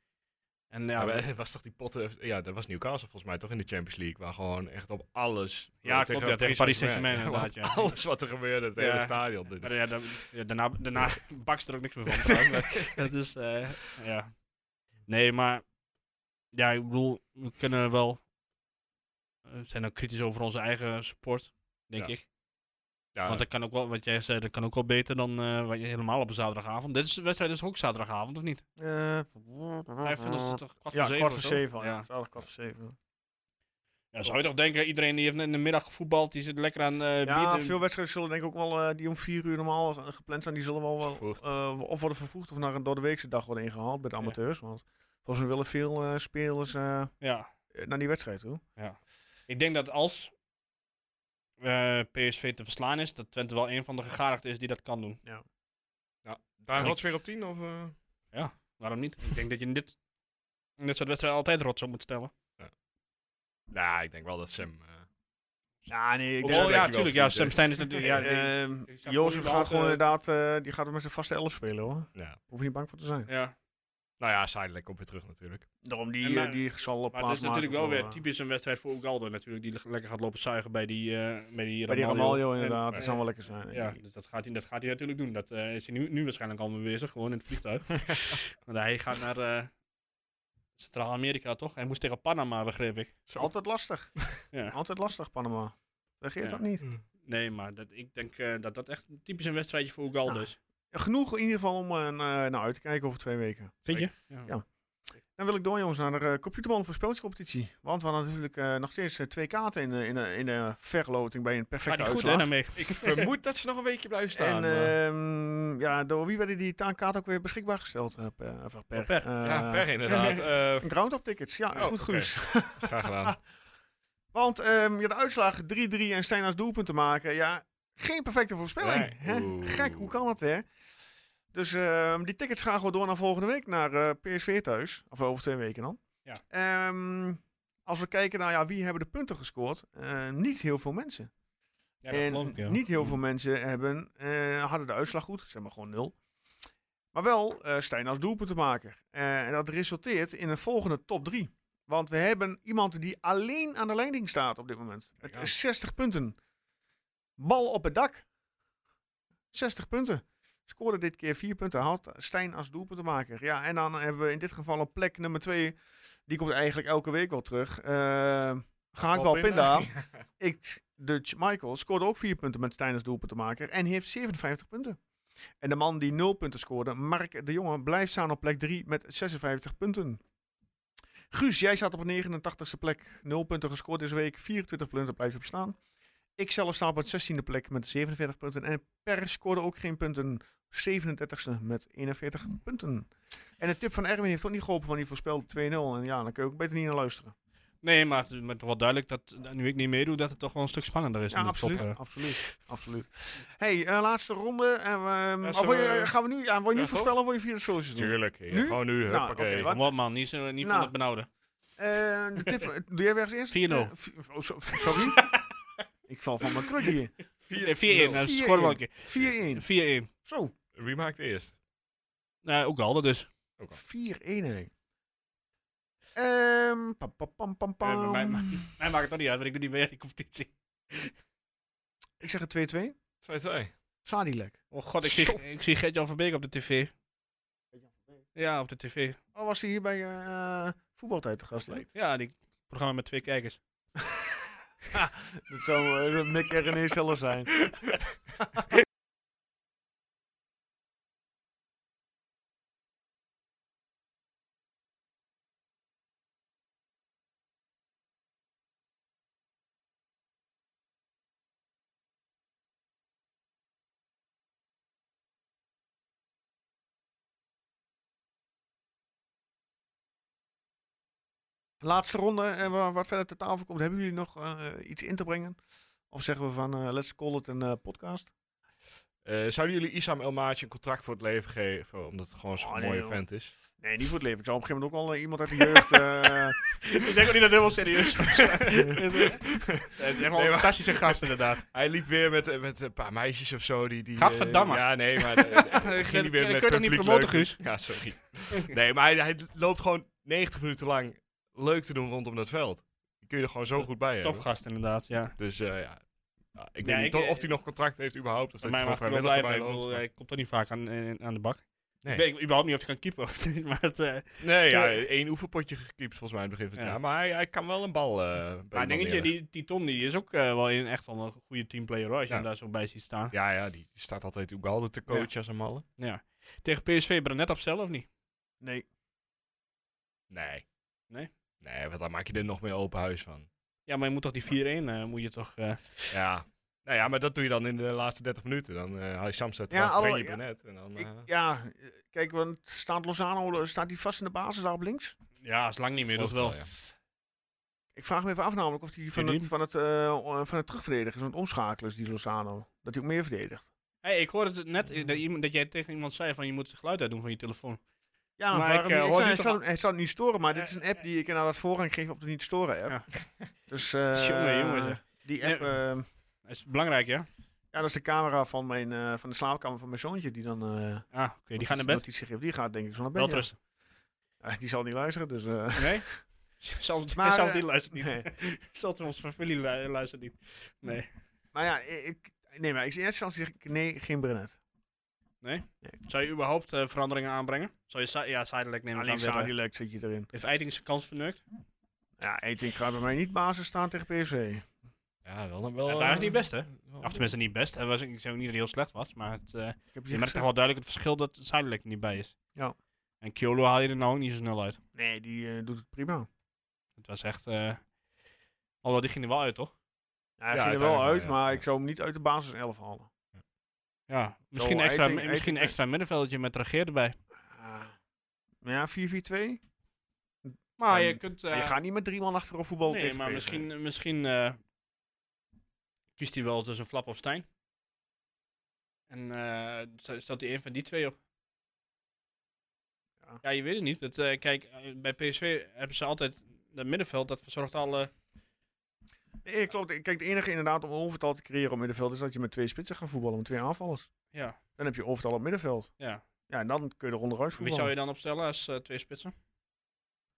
En ja,
Ja,
ja,
maar was toch die potten, ja, dat was Newcastle volgens mij toch in de Champions League, waar gewoon echt op alles.
klopt, ja, tegen Paris Saint-Germain
Ja,
inderdaad,
op
ja.
Alles wat er gebeurde, het hele
Ja.
stadion. Dus-
maar ja, dan- ja, daarna, daarna bakst er ook niks meer van. trouwens, maar dat is, eh, ja. Nee, maar ja, ik bedoel, we kunnen wel, eh, we zijn ook kritisch over onze eigen sport, denk
Ja.
ik.
Ja,
Want dat kan ook wel, wat jij zei, dat kan ook wel beter dan eh, wat je helemaal op een zaterdagavond. Dit is de wedstrijd is ook zaterdagavond, of niet?
Eh,
25 is het toch kwart
ja,
voor zeven?
kwart
of
voor
zo?
zeven. al, Ja,
Ja.
zaterdag kwart voor zeven.
Ja, zou je toch denken, iedereen die heeft net in de middag gevoetbald, die zit lekker aan eh
Ja,
bier.
veel wedstrijden zullen denk ik ook wel, eh, die om vier uur normaal eh, gepland zijn, die zullen wel, wel
Vervroegd.
eh, of worden vervroegd of naar een door de weekse dag worden ingehaald bij de
Ja.
amateurs. Want volgens mij willen veel eh, spelers eh,
Ja.
naar die wedstrijd toe.
Ik denk dat als eh, PSV te verslaan is, dat Twente wel een van de gegadigden is die dat kan doen.
Daar
ik-
rots weer op 10 of? eh?
Waarom niet? Ik denk dat je in dit, in dit soort wedstrijden altijd rots op moet stellen. Oh,
Nou, ik denk wel dat Sam. eh,
Ja, nee, ik
Op
denk
zo'n
oh
dat-
ja,
plekje wel
natuurlijk. Ja,
goed
Sam
is.
Stein is natuurlijk... Ja, die-
Ehm,
ik zou
Jozef
Koeman,
gaat gewoon
eh,
inderdaad, eh, die gaat er met zijn vaste elf spelen hoor.
ja.
Hoef je niet bang voor te zijn.
ja.
Nou ja, Seidelijk komt weer terug natuurlijk.
Daarom die,
En,
eh,
maar-
die zal op
Maar het
plaats
is natuurlijk wel
maken
weer
voor, eh,
typisch een wedstrijd voor Ugaldo natuurlijk, die le- lekker gaat lopen zuigen bij die, eh bij die
Bij die
Ramaljo.
Ramaljo
En-
inderdaad,
eh,
dat zou wel lekker zijn.
ja, dus dat gaat, hij, dat gaat hij natuurlijk doen. Dat eh, is hij nu, nu waarschijnlijk al mee bezig, gewoon in het vliegtuig. Want hij gaat naar eh, Centraal-Amerika, toch? Hij moest tegen Panama, begreep ik.
Is altijd lastig.
Ja.
Altijd lastig, Panama. Regeert
Ja.
dat niet.
Nee, maar dat, ik denk eh, dat dat echt een typisch een wedstrijdje voor Ugaldo
Ja.
is.
Genoeg in ieder geval om eh, naar naar uit te kijken over twee weken.
Vind je? Ja.
Ja. Dan wil ik door jongens naar de eh, computerband voorspellingscompetitie. Want we hadden natuurlijk eh, nog steeds eh, twee kaarten in, de- in, de- in de verloting bij een
Gaat
perfecte
hij goed, hè,
uitslag.
daarmee?
Ik vermoed dat ze nog een weekje blijven staan. eh.
en
maar-
ehm, ja, door wie werden die ta- kaarten ook weer beschikbaar gesteld? eh, per, of per,
Per.
eh,
ja, per inderdaad. eh,
Een ground-up tickets, ja,
Oh,
goed
oké.
Guus.
graag gedaan.
Want ehm, ja, de uitslag 3-3 en Stijn als doelpunt te maken, ja, geen perfecte voorspelling.
Nee.
Hè?
Oeh.
Gek, hoe kan dat hè? Dus ehm, die tickets gaan gewoon door naar volgende week, naar eh, PSV thuis. Of over twee weken dan.
Ja.
Ehm, als we kijken naar ja, wie hebben de punten gescoord, eh, niet heel veel mensen.
Ja, dat
en
geloof ik, ja. Mm.
niet heel veel mensen hebben, eh, hadden de uitslag goed, zeg maar gewoon nul. Maar wel eh, Stijn als doelpunt te maken. Eh, en dat resulteert in een volgende top 3. Want we hebben iemand die alleen aan de leiding staat op dit moment. Met
aan.
60 punten. Bal op het dak. 60 punten. Scoorde dit keer 4 punten. Had Stijn als doelpunt te maken. Ja, en dan hebben we in dit geval op plek nummer 2. Die komt eigenlijk elke week wel terug. Eh Gehaktbal
Bal
Pinda.
Pinda.
Ik, Dutch Michael, scoorde ook 4 punten met Stijn als doelpunt te maken. En heeft 57 punten. En de man die 0 punten scoorde, Mark de Jonge, blijft staan op plek 3 met 56 punten. Guus, jij staat op een 89ste plek. 0 punten gescoord deze week. 24 punten blijf je op staan. Ik zelf sta op het 16e plek met 47 punten. En Per scoorde ook geen punten. 37ste met 41 punten. En de tip van Erwin heeft ook niet geholpen, want die voorspelde 2-0. En ja, dan kun je ook beter niet naar luisteren.
Nee, maar het is me toch wel duidelijk dat, eh, nu ik niet meedoe, dat het toch wel een stuk spannender is.
Ja,
in de
absoluut. Oh,
Top, eh.
Absoluut. absoluut. hey, eh, laatste ronde. En, ehm,
Ja,
of
zullen
wil je-
we-
gaan we nu, ja, wil je nu
Ja, toch?
voorspellen of wil je via de socials doen?
Tuurlijk. ja,
Nu?
Gewoon nu.
Nou,
Huppakee.
oké, wat-
Kom op, man. Niet, zo- niet
Nou.
van het benauwde.
Eh, de tip, eh, doe jij weer eens eerst?
4-0.
Eh, v- oh, so- sorry? Ik val van mijn kruk hier.
4-1, dat is
4-1.
scoren Nou, wel een keer.
4-1.
4-1.
Zo.
Wie maakt eerst?
Nou, ook al dus.
4 1 Ehm pam, pam, pam, pam,
Eh, maar
pam.
mij, mij, mij maakt het toch niet uit, want ik doe niet meer in die competitie.
Ik zeg het 2-2.
2-2.
Sadilek.
Oh god, ik zie, ik zie Gert-Jan Verbeek op de tv. Ja, op de tv.
Oh, was hij hier bij eh, voetbaltijd te gast?
leuk.
Ja, die programma met twee kijkers.
Dat zou eh, Mick en René zelf zijn. Laatste ronde en wa- wat verder ter tafel komt. Hebben jullie nog eh, iets eh, in te brengen? Of zeggen we van eh, let's call it een eh, podcast?
Eh, zouden jullie Isam El Maatje een contract voor het leven geven? Omdat het gewoon zo'n
Oh, nee,
mooie
joh.
vent is.
Nee, niet voor het leven. Ik zou op een gegeven moment ook al eh, iemand uit de jeugd. eh,
Ik denk ook niet dat helemaal serieus is. Het is echt wel een fantastische gast, inderdaad.
Hij liep weer met, eh, met een paar meisjes of zo. Die, die, eh,
Gadverdamme.
ja, nee, maar... eh, eh, ging hij
kun
weer
je
met
toch niet
publiek
promoten,
leuk
Guus?
doen. Ja, sorry. nee, maar hij, hij loopt gewoon 90 minuten lang leuk te doen rondom dat veld. Die kun je er gewoon zo goed bij hebben.
Topgast, inderdaad, ja.
Dus eh, ja. Ja, ik
Ja,
weet niet
ik,
toch
eh,
of hij nog contract heeft überhaupt. Of
Voor
dat
mij
hij
mag
gewoon
ik wel
vrijwillig
blijven.
erbij
Ik bedoel,
loopt.
hij komt toch niet vaak aan, eh, aan de bak.
Nee.
Ik weet überhaupt niet of hij kan keeper. maar het, eh,
Nee, ja, één oefenpotje gekiept volgens mij aan het begin van het
Ja.
jaar. Maar hij, hij kan wel een bal eh, bij
maar ik
iemand
denk dat je,
neerleggen.
die, die Tom die is ook eh, wel een, echt wel een goede teamplayer hoor, als je
Ja.
hem daar zo bij ziet staan.
Ja, ja, die staat altijd Ugalde te coachen als een malle.
Tegen PSV Brenet op zelf of niet?
nee.
Nee.
Nee?
Nee, want dan maak je er nog meer open huis van.
Ja, maar je moet toch die 4-1, eh, moet je toch... eh,
Ja. Nou ja, maar dat doe je dan in de laatste 30 minuten. Dan eh haal je Samsted
Ja,
ja, af, breng
alhoewel-
je
ja.
Brenet. En dan,
Ik,
eh,
ja, eh, kijk, want staat Lozano eh, staat die vast in de basis daar op links?
ja, is lang niet meer, dat
volgt
wel.
ja.
Ik vraag me even af namelijk of hij van
Vind je
het, van, het, eh, o- van het terugverdedigen, zo'n omschakelen is die Lozano, dat hij ook meer verdedigt.
Hey, ik hoorde het net eh, dat, iemand, dat jij tegen iemand zei van je moet het geluid uitdoen van je telefoon.
Ja,
Maar
maar
ik,
waarom
eh,
niet?
hoor
ik, zei,
nu
hij,
toch Eh,
zou, hij zou het niet storen, maar dit is een app die ik inderdaad voorrang geef op de niet storen app. Dus eh,
Jongen, jongen, zeg.
die app,
Nee.
eh,
Dat is belangrijk, ja?
ja, dat is de camera van, mijn, eh, van de slaapkamer van mijn zoontje die dan... eh,
Ah, oké, die
notitie-
gaan naar bed.
notitie geeft. Die gaat denk ik zo naar bed.
Wel
ja.
rusten.
Eh, die zal niet luisteren, dus... eh,
Nee? Zelfs,
Maar,
zelfs
eh,
die luistert niet.
nee.
Zelfs ons familie lu- luistert niet. Nee.
Maar nou ja, ik, nee, maar ik, in eerste instantie zeg ik nee, geen Brenet.
Zou je überhaupt eh, veranderingen aanbrengen? Zou je, si- ja, zijdelijk nemen?
Alleen Sadilek zit je erin.
Heeft Eiting zijn kans verneukt?
Ja, Eiting gaat bij mij niet basis staan tegen PSV.
Ja, wel, wel,
Het was
eh,
niet best, hè?
wel-
Of tenminste niet best. Hij was, ik zei ook niet dat hij heel slecht was, maar het, eh,
Ik heb je
je merkt toch wel duidelijk het verschil dat Zijdelijk er niet bij is.
Ja.
En Kyolo haal je er nou ook niet zo snel uit.
Nee, die eh, doet het prima.
Het was echt... eh alhoewel, die ging er wel uit, toch?
Ja, hij
Ja,
ging er wel
uiteindelijk
uit,
wel, ja.
maar ik zou hem niet uit de basis 11 halen.
Ja. Misschien
Zo,
extra,
Eiting-
mi- misschien
Eiting-
extra middenveldje met Regeer erbij.
Maar ja, 4-4-2.
Maar
Dan-
je kunt... eh,
je gaat niet met drie man achterop voetballen
Nee,
tegen
maar
PSV.
misschien, misschien eh, kiest hij wel tussen Flap of Stijn. En eh, st- stelt hij een van die twee op. Ja,
Ja.
je weet het niet. Dat, eh, kijk, eh, bij PSV hebben ze altijd dat middenveld, dat verzorgt alle...
Nee, klopt. Kijk, het enige inderdaad om overtal te creëren op middenveld is dat je met twee spitsen gaat voetballen, met twee aanvallers.
Ja,
Dan heb je overtal op middenveld.
ja.
Ja, en dan kun je er onderuit
Wie zou
voetballen.
je dan opstellen als eh, twee spitsen?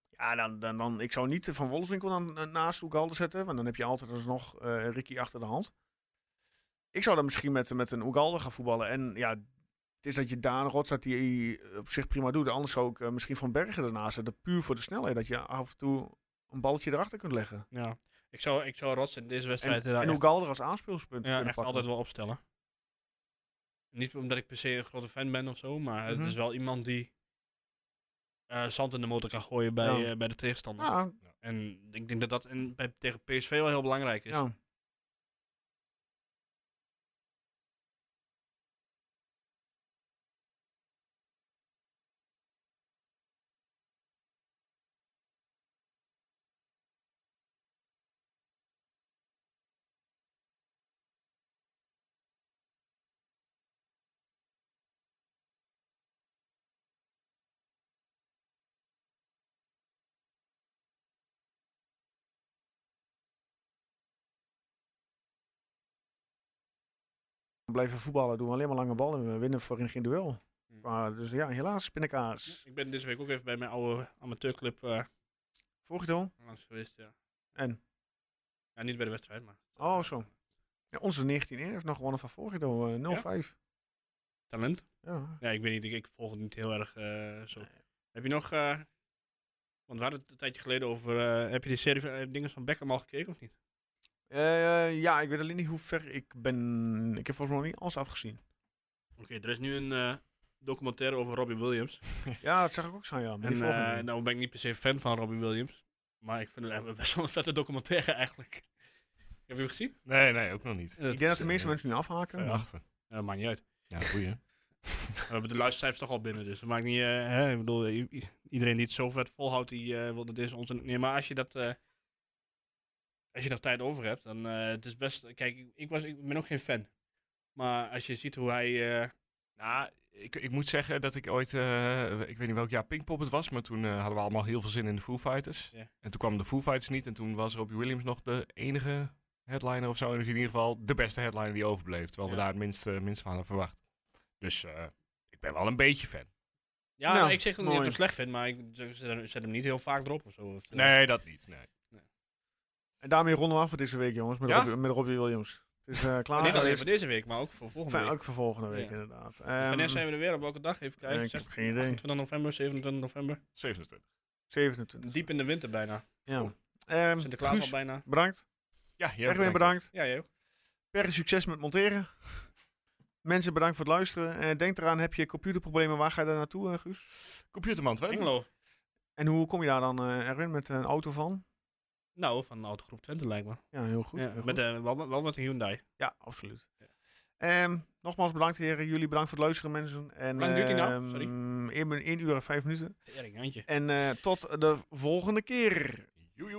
Ja, dan, dan, dan, ik zou niet Van Wolfswinkel dan eh, naast Oegalde zetten, want dan heb je altijd alsnog eh Ricky achter de hand. Ik zou dan misschien met, met een Oegalde gaan voetballen. En ja, het is dat je Daan Rots, dat die op zich prima doet. Anders zou ik eh, misschien Van Bergen ernaast zetten, puur voor de snelheid. Dat je af en toe een balletje erachter kunt leggen.
Ja. Ik zou, ik zou Rots in deze
En,
wedstrijd daar
en
echt-
Ugalde als aanspeelspunt
ja,
kunnen
echt
pakken.
altijd wel opstellen. Niet omdat ik per se een grote fan ben of zo, maar
Mhm.
het is wel iemand die eh, zand in de motor kan gooien bij,
Ja.
eh, bij de tegenstander.
Ja,
En ik denk dat dat in, bij, tegen PSV wel heel belangrijk is.
ja. Blijven voetballen, doen we alleen maar lange ballen. We winnen voorin geen duel.
Hm.
Maar, dus ja, helaas, spinnenkaas.
Ik ben deze week ook even bij mijn oude amateurclub eh,
Vorig duel.
langs geweest. Ja.
En?
Ja, niet bij de wedstrijd, maar.
Oh, zo. Ja, onze 19 heeft nog gewonnen van vorig duel. eh, 0-5.
Talent?
ja.
Ja, ik weet niet. Ik, ik volg het niet heel erg eh, zo. Heb je nog. eh, want we hadden het een tijdje geleden over. eh, heb je die serie van, eh, dingen van Beckham al gekeken of niet?
Eh, ja, ik weet alleen niet hoe ver ik ben. Ik heb volgens mij nog niet alles afgezien.
Oké, er is nu een eh, documentaire over Robbie Williams.
Ja, dat zag ik ook zo, ja. Maar
En
die volgende
eh,
niet.
nou ben ik niet per se fan van Robbie Williams. Maar ik vind het eigenlijk best wel een vette documentaire eigenlijk. Heb je hem gezien?
Nee, nee, ook nog niet.
ik denk dat de
eh,
meeste mensen nu afhaken.
Ver
maar-
achter.
Eh, maakt niet uit.
Ja, boeien.
We hebben de luistercijfers toch al binnen, dus dat maakt niet... eh, hè? Ik bedoel, i- i- iedereen die het zo vet volhoudt, die eh, wil dat deze onzin... Nee, maar als je dat... eh, als je nog tijd over hebt, dan eh het is best. Kijk, ik, ik was, ik ben ook geen fan. Maar als je ziet hoe hij. eh,
Nou, ik, ik moet zeggen dat ik ooit, eh, ik weet niet welk jaar Pinkpop het was, maar toen eh, hadden we allemaal heel veel zin in de Foo Fighters.
Ja.
En toen kwamen de Foo Fighters niet en toen was Robbie Williams nog de enige headliner of zo. En dus in ieder geval de beste headliner die overbleef, terwijl we
Ja.
daar het minste, minste van hadden verwacht. Dus eh, ik ben wel een beetje fan.
ja,
Nou,
ik zeg dat niet dat ik
mooi.
hem slecht vind, maar ik zet, zet hem niet heel vaak erop of zo. Of, eh,
Nee, dat niet. Nee.
En daarmee ronden we af voor deze week, jongens, met,
Ja?
Robbie, met Robbie Williams. Het is eh, klaar.
maar niet alleen
geweest.
voor deze week, maar ook voor volgende
Enfin,
week.
ook voor volgende week,
Ja.
inderdaad.
Ehm,
Ehm,
Wanneer zijn we er weer? Op welke dag? Even kijken.
ik
Zeg,
heb geen idee.
28 november, 27 november.
27.
27.
Diep in de winter bijna.
Ja. Ehm,
Sinterklaas
Guus,
al bijna.
bedankt.
Ja, jij
Erwin, bedankt.
Ja, jij ook.
Per succes met monteren. Mensen, bedankt voor het luisteren. Eh, denk eraan, heb je computerproblemen, waar ga je daar naartoe, eh, Guus?
Computerman Twente.
Engelo.
En hoe kom je daar dan, eh, Erwin, met een auto van?
Nou, van de autogroep Twente lijkt me.
Ja, heel goed.
Ja,
heel goed.
met, eh, wel, wel met een Hyundai.
ja absoluut. Ehm, nogmaals bedankt, heren. Jullie bedankt voor het luisteren, mensen. En,
lang duurt die nou?
ehm,
Sorry.
1 uur en 5 minuten.
Ja, een handje.
En eh, tot de volgende keer.
Joejoe.